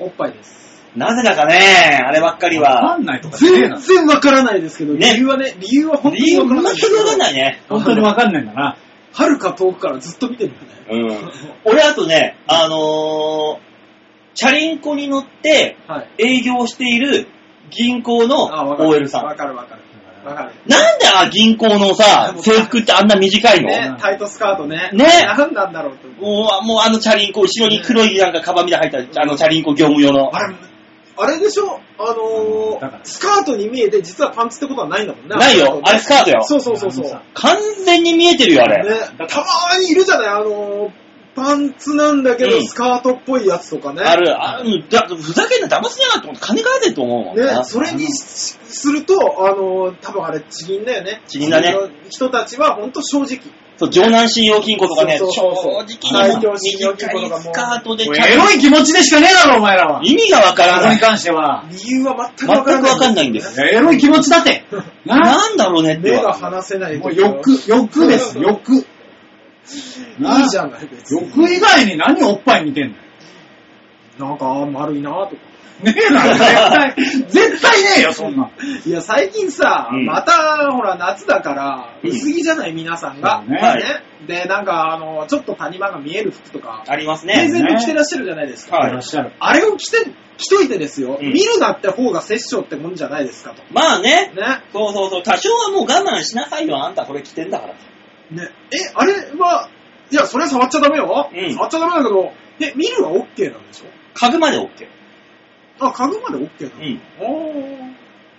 おっぱいです。なぜだかね、あればっかりわかは。んないとかねえ全な。然わからないですけど、ね理由はね、理由は本当理に由わから全ないですけくど。わかんないね。本当にわかんないんだな。はるか遠くからずっと見てるよね。うん。俺あとね、あのー、チャリンコに乗ってはい。営業している銀行のあ、わかる。 OL さわん。かるわかる。わかる。なんであ銀行のさ、制服ってあんな短いの、ね、タイトスカートね。ねなんなんだろうと。もう、もうあのチャリンコ、後ろに黒いなんかカバンみたいなの入った、あのチャリンコ業務用の。あれ、あれでしょあのだからー、スカートに見えて実はパンツってことはないんだもんね。ないよあれスカートよそうそうそうそう。ねあのさ、完全に見えてるよ、あれ。たまーにいるじゃないあのー、パンツなんだけうどんスカートっぽいやつとかね。ある、ある、だふざけんな、騙すなと思って金返せと思うもんなね、それにしすると、あのー、多分あれ、地銀だよね。地銀だね。人たちは本当正直。そう、城南信用金庫とかね、そう正そう直そうにはい短いスカートでチもうャエリンコロい気持ちでしかねえだろ、お前らは。こ意味がわからこなにい。関しては。理由は全全くわくからない。わかんないんでいす。やエロい気持ちだって。ななんだろうねって目がは。離せない。もう欲、欲 です、欲。いいじゃない、別に。欲以外に何おっぱい見てんのなんか、あー丸いなとか。ねえだろ、絶対。絶対ねえよ、そんなん。いや、最近さ、うんまた、ほら、夏だから、うん薄着じゃない、皆さんが。そうねはいで、なんか、あの、ちょっと谷間が見える服とか、あります平ね。然と着てらっしゃるじゃないですか。いはいらっ。しゃる。あれを着て、着といてですよ、うん見るなって方が殺生ってもんじゃないですかと。まあね。ね。そうそうそう。多少はもう我慢しなさいよ、あんたこれ着てんだから。ね、え、あれは、いや、それは触っちゃダメよ。うん触っちゃダメだけど、え、見るは OK なんでしょ家具まで OK。あ、家具までう OK なの、ん。ああ。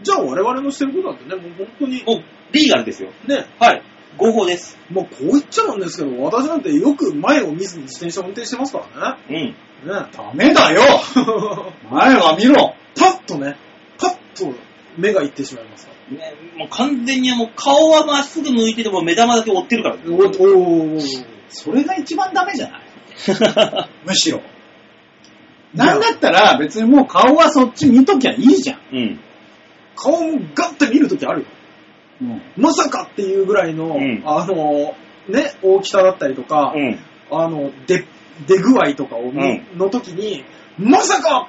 じゃあ我々のしてることなんてね、もう本当に、もう、リーガルですよ。ね、はい。合法です。もうこう言っちゃなんですけど、私なんてよく前を見ずに自転車運転してますからうん。ね。 ね。ダメだよ前は見ろパッとね、パッと目がいってしまいますから。ね、もう完全にもう顔はまっすぐ向いてても目玉だけ追ってるからね。おおおそれが一番ダメじゃないむしろ。なんだったら別にもう顔はそっち見ときゃいいじゃん。 うん。顔もガッて見るときあるよ。うん。まさかっていうぐらいの、うんあの、ね、大きさだったりとか、うん。あの、出、出具合とかを見、の時に、まさか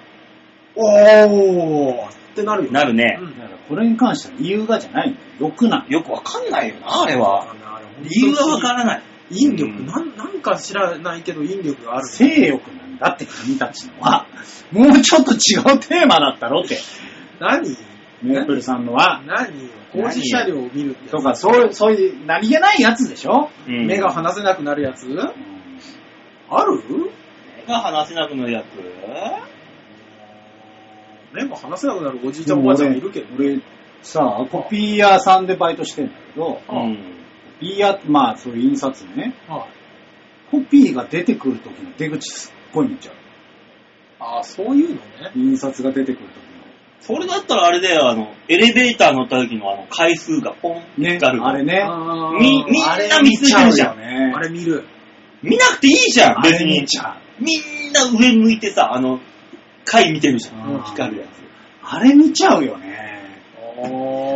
おーってなるよ。なるねうだんからこれに関しては理由がじゃないんだよ。欲なんだよよくわかんないよな、あれは。あれ本当に理由がわからない。引力、うんなん、なんか知らないけど引力がある。性欲なんだって君たちのは。もうちょっと違うテーマだったろって。何メープルさんのは。何よ工事車両を見るってやつとか、そういう、そういう、何気ないやつでしょ、うん目が離せなくなるやつある目が離せなくなるやつ目も離せなくなるおじいちでゃんおもばあちゃ俺んいるけど。俺、さあ、コピーヤーさんでバイトしてんだけど、コうん。ピーヤー、まあ、そういう印刷ね。はいコピーが出てくる時の出口すっごい見ちゃう。ああ、そういうのね。印刷が出てくる時それだったらあれだよ、あの、エレベーター乗った時のあの、回数がポンっての。ね、光る。あれね。あーみみんなあれ見つけるじゃん見ちうよねあれ見る。見なくていいじゃん、別あれに見。ちゃう。みんな上向いてさ、あの、回見てるじゃうんん。光るやつ。あれ見ちゃうよね。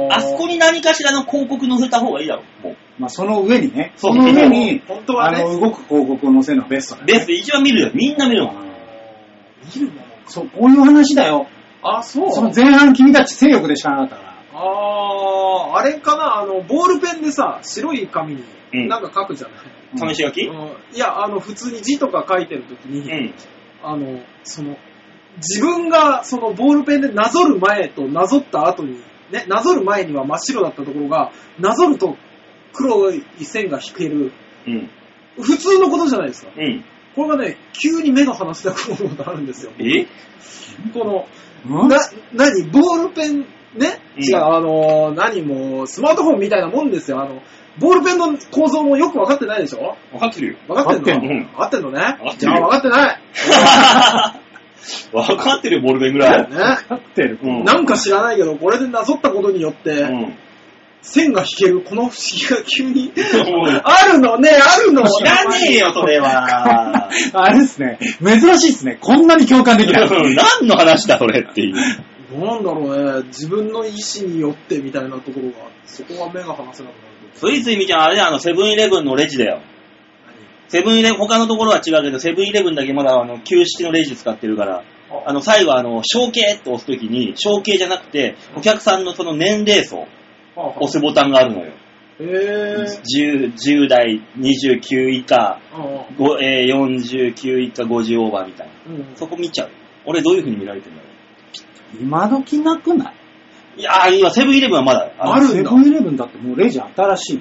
あそこに何かしらの広告載せた方がいいだろ、もう。まあ、その上にね。そそうの上に、本当はねあの、動く広告を載せるのがベストだよね。ベース一番見るよ。みんな見るもん。見るもの。そう、こういう話だよ。あ、そう。その前半君たち性欲でしかなかったから。あー、あれかなあの、ボールペンでさ、白い紙うんになんか書くじゃない、試し書きうんいや、あの、普通に字とか書いてるときに、うん。あの、その、自分がそのボールペンでなぞる前となぞった後に、ね、なぞる前には真っ白だったところが、なぞると黒い線が引ける。うん。普通のことじゃないですか。うん。これがね、急に目が離せなくなることあるんですよ。えこの、うんな、なに、ボールペンね、うん違う、あのー何もう、スマートフォンみたいなもんですよ。あの、ボールペンの構造もよくわかってないでしょ分かって るよ。わかってんのわかってんのわかってんのねかってるじゃあわかってない。分かってるよ、ボールペンぐらい。ね。立ってる。うんなんか知らないけど、これでなぞったことによって、うん。線が引ける、この不思議が急に。うあるのね、あるの知らねえよ、それは。あれですね。珍しいですね。こんなに共感できな い。何の話だ、それっていう。なんだろうね、自分の意思によってみたいなところが、そこは目が離せなくなる。スイスイみちゃん、あれだよ、あの、セブンイレブンのレジだよ。セブンイレブン、他のところは違うけど、セブンイレブンだけまだ、あの、旧式のレジ使ってるから、あの、最後、あの、承継って押すときに、承継じゃなくて、お客さんのその年齢層、はあはあ押すボタンがあるのよ。へぇー。 10, 10代、29以下、ああごえー49以下、50オーバーみたいな。うんそこ見ちゃう。俺どういう風に見られてんだろ。今時なくないういやー、今、セブンイレブンはまだああるんだセブンイレブンだってもうレジ新しい。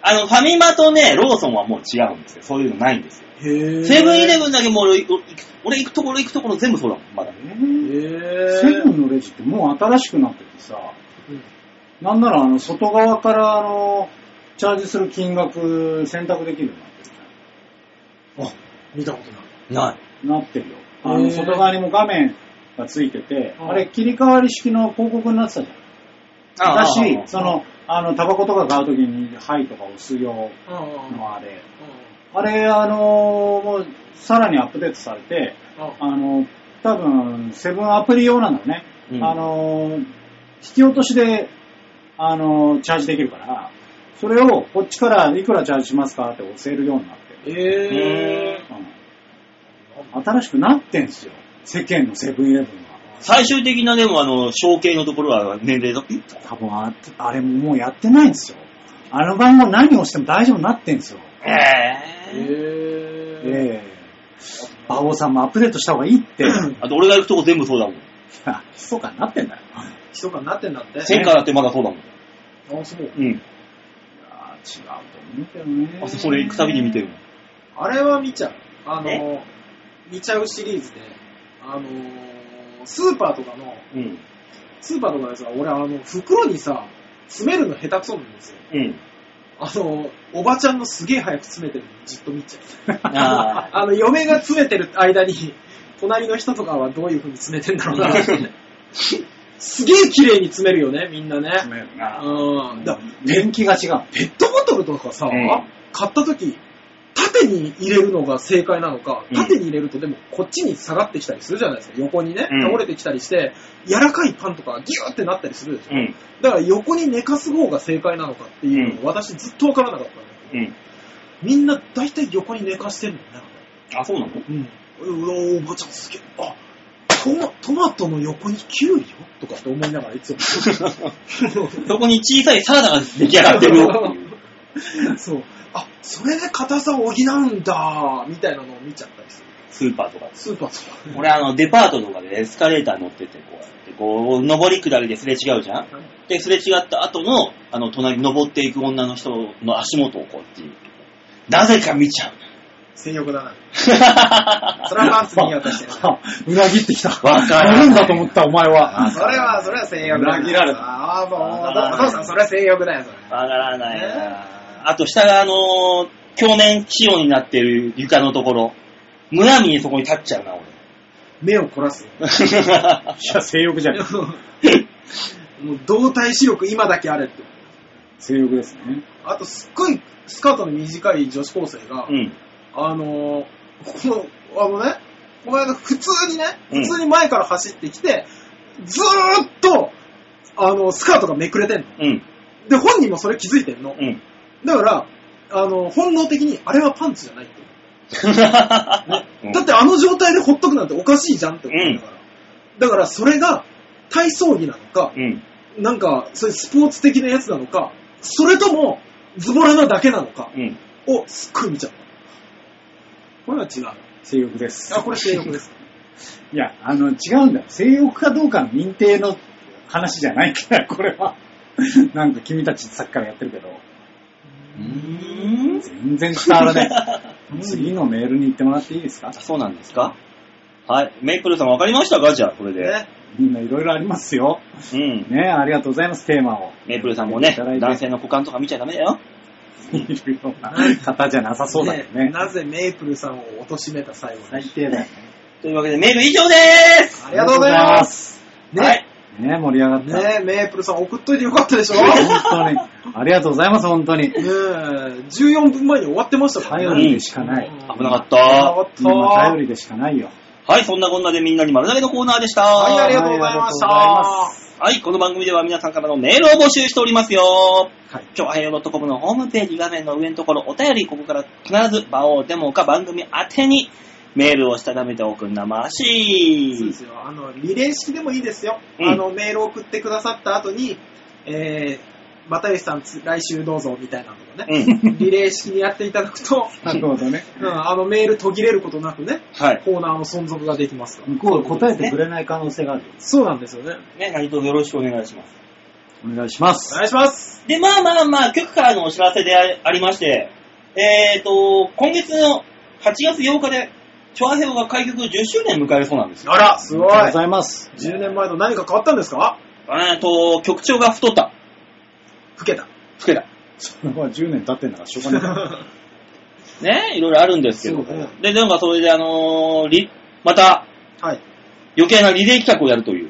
あの、ファミマとね、ローソンはもう違うんですよ。そういうのないんですよ。へぇー。セブンイレブブンだけもう俺、俺俺行くところ行くところ全部そうだもん、まだ。えーへぇー。セブンのレジってもう新しくなっててさ、うんなんならあの外側からあのチャージする金額選択できるようになってるじゃん見たことない。ない。なってるよ。あへの、ー外側にも画面がついてて、うんあれ切り替わり式の広告になってたじゃん。ああ昔ああ、その、あの、タバコとか買うときに、はいとか押す用ああのあれ。あれ、あのーもう、さらにアップデートされて、あああの、多分、セブンアプリ用なんだよね。うんあのー、引き落としで、あのーチャージできるから、それをこっちからいくらチャージしますかって押せるようになってる。へぇうん新しくなってんすよ。世間のセブンイレブンは。最終的なでも、あの、承継のところは年齢だ。ん多分あ、あれももうやってないんですよ。あの番号何をしても大丈夫になってんすよ。ー。ええへぇー。ええ馬王さんもアップデートした方がいいって。い あと俺が行くとこ全部そうだもん。や、そうかなってんだよ。密かになってんだって。センカーだってまだそうだもん。あ、そう。うん。いやー違うと思うけどね。あ、それ行くたびに見てるもん。あれは見ちゃう。あのえ、見ちゃうシリーズで、あのー、スーパーとかの、うん。スーパーとかでさ、俺あの、袋にさ、詰めるの下手くそなんですよ。うん。あの、おばちゃんのすげえ早く詰めてるのじっと見ちゃう。ああ。 あの、嫁が詰めてる間に、隣の人とかはどういう風に詰めてんだろうな。すげえ綺麗に詰めるよね、みんなね。詰めるな。うん。だ年季が違う。 ペットボトルとかさ、うん買った時、縦に入れるのが正解なのかう、ん縦に入れるとでもこっちに下がってきたりするじゃないですか。横にね、うん倒れてきたりして、柔らかいパンとかギューってなったりするでしょ。うん。だから横に寝かす方が正解なのかっていうのを私ずっとわからなかったんだけど、うん。みんな大体横に寝かしてるんだよね。あ、そうなのうん。うわ、おばちゃんすげえ。あ、トマトマトの横にキュウリよとかって思いながらいつも。 そこに小さいサラダが出来上がって るよっていう。 そう。あ、それで硬さを補うんだみたいなのを見ちゃったりする。スーパーとか。スーパーとか。俺あの、デパートとかでエスカレーター乗ってて、こうやって、こう、上り下りですれ違うじゃんで、すれ違った後の、あの、隣に登っていく女の人の足元をこうやっていう。なぜか見ちゃう。性欲 だな。それはパンツ見渡 してる。あ裏切ってきた。わかる乗るんだと思った、お前は。それは、それは性欲だな。裏切られたああ、もう、お父さん、それは性欲だよ、それ。わからないねなあと下があのー、鏡面仕様になってる床のところ。むやみにそこに立っちゃう な、俺。目を凝らすよ。 いや、性欲じゃない。もう動体視力今だけあれって。性欲ですね。あと、すっごいスカートの短い女子高生が、うん。あのー、この、あのね、この間普通にね、うん普通に前から走ってきて、ずーっと、あの、スカートがめくれてんの。うん。で、本人もそれ気づいてんの。うん。だから、あの、本能的に、あれはパンツじゃないって。だってあの状態でほっとくなんておかしいじゃんって思うんだから。だから、それが、体操着なのかう、ん。なんか、そういうスポーツ的なやつなのか、それとも、ズボラなだけなのかうん。をすっごい見ちゃった。これは違う。性欲です。あ、これ性欲です。いや、あの、違うんだよ。性欲かどうかの認定の話じゃないから、 これは。なんか君たちさっきからやってるけど、うん。全然伝わ らない。次のメールに行ってもらっていいですかそうなんですかはい。メイプルさんわかりましたかじゃあ、これで。ね。みんないろいろありますよ。うん。ね、ありがとうございます、テーマを。メープルさんもねいただい、て男性の股間とか見ちゃダメだよ。いるような方じゃなさそうだよね。なぜメイプルさんを貶めた最後最に。低だよね。というわけで、メール以上でーすありがとうございます。す。ね、はいね、盛り上がった。ねえ、メイプルさん送っといてよかった でしょね本当に。ありがとうございます、本当にえ、。14分前に終わってましたからね。頼りでしかない。うん危なかっよた。かった。今頼りでしかないよ。はい、そんなこんなでみんなに丸投げのコーナーでした。はい、あはりい、がとうございました。はいありがとうございまこの番組では皆さんからのメールを募集しておりますよ。はい。超平洋 .com のホームページ画面の上のところお便り、ここから必ず場をデモか番組宛てにメールをしたためておくんなまそうでし。すよ。あの、リレー式でもいいですよ。うんあの、メールを送ってくださった後に、えー、又吉さんつ、来週どうぞ、みたいなのもね、うん。リレー式にやっていただくと、なるほどね。うん、あの、メール途切れることなくね、はい。コーナーの存続ができますから。向こうが答えてくれない可能性があるよ。そうなんですよね。ね、何卒よろしくお願いします。お願いしまおす。願いします。で、まあまあまあ、局からのお知らせでありまして、えーと、今月の8月8日で、チョアヘオが開局10周年迎えるそうなんですよ。あら、すごい。ありがとうございます。 10年前と何か変わったんですかえーと、局長が太った。老 けた。老けた。そ れは10年経ってんだからしょうが ない。ね、いろいろあるんですけど。そうねで、なんかそれであのーり、またはい。余計なリレー企画をやるという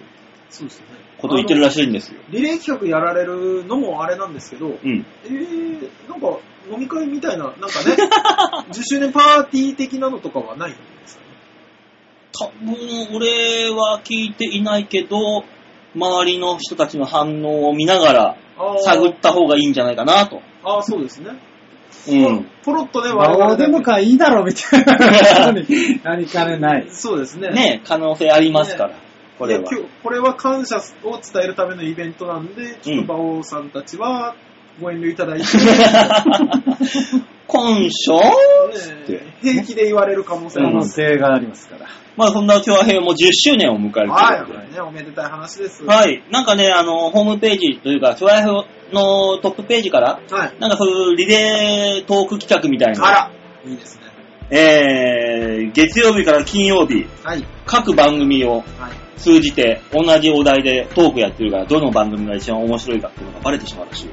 そうですよね。ことを言ってるらしいんですよ。リレー企画やられるのもあれなんですけど、うん。えー、なんか飲み会みたいな、なん かね、10周年パーティー的なのとかはないんですかね。多分、俺は聞いていないけど、周りの人たちの反応を見ながらあー探った方がいいんじゃないかなと。あー、そうですね。うん。ポロッとね、我々どうででもかいいだろ、みた いな。何かねない。そうですね。ね、可能性ありますから、これはで。今日これは感謝を伝えるためのイベントなんで、ちょっと馬王さんたちはご遠慮いた だいて、今章ね平気で言われる可能性可あり能ます。性がありますから。まあそんな京和平も10周年を迎えるということで。はい、ね。おめでたい話です。い。はい。なんかね、あの、ホームページというか、チョアヘオのトップページから、はい。なんかそういうリレートーク企画みたいあな。ら、いいですね。えー、月曜日から金曜日、はい。各番組をはい。通じて同じお題でトークやってるから、どの番組が一番面白いかっていうのがバレてしまうらしいよ。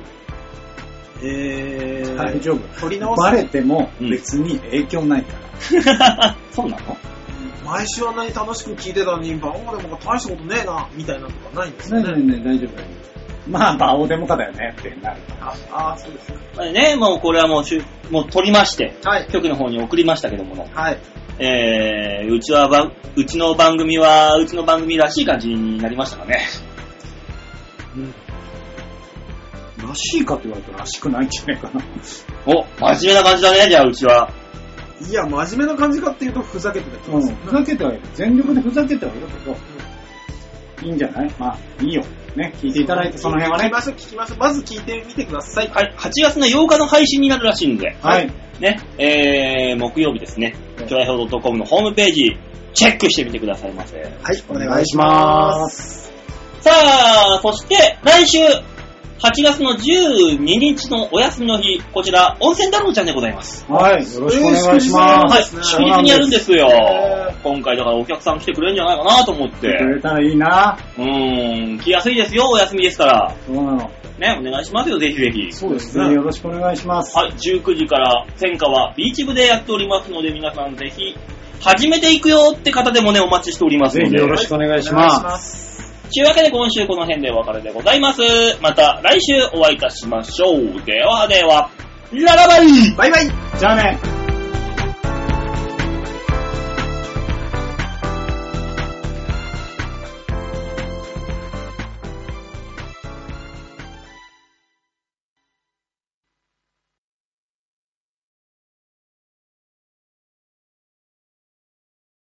えー、大丈夫。取り直すバレても別に影響ないから。そうなの毎週あんなに楽しく聞いてたのに、バオでも大したことねえな、みたいなのとかないんですなよね。いないない、大丈夫大丈夫。まあ、バオデモカだよねってなる。あ、あーそうですね。まあね、もうこれはもうしゅ、もう取りまして、はい。局の方に送りましたけどもね、はい。えー、うちはば、うちの番組は、うちの番組らしい感じになりましたかね。らしいかと言われたららしくないんじゃないかな。お、真面目な感じだね、じゃあうちは。いや、真面目な感じかっていうと、ふざけてた気うがん、する。ふざけてはいる。全力でふざけてはいるけど、いいんじゃないまあ、いいよ。ね、聞いていただいて、その辺は聞きね。ましょう、聞きましょう。まず聞いてみてください。はい、8月の8日の配信になるらしいんで、はい。ね、えー、木曜日ですねは、いちょいひょう .com のホームページ、チェックしてみてくださいませ。はい、おお願願いいししま。ますさあ、そして、来週、8月の12日のお休みの日、こちら、温泉太郎ちゃんでございます。はい。よろしくお願いしまはい、す。祝ね日にやるんですよへ。今回だからお客さん来てくれるんじゃないかなと思っ来てくて。れたらいいな。うーん、来やすいですよ、お休みですから。そうなの。ね、お願いしますよ、ぜひぜひ。そうですね。よろしくお願いします。はい、19時から戦火はビーチ部でやっておりますので、皆さんぜひ、初めて行くよって方でもね、お待ちしておりますぜのひで。よろしくお願いします。す。というわけで今週この辺でお別れでございます。また来週お会いいたしましょう。ではでは、ララバイバイバイじゃあね。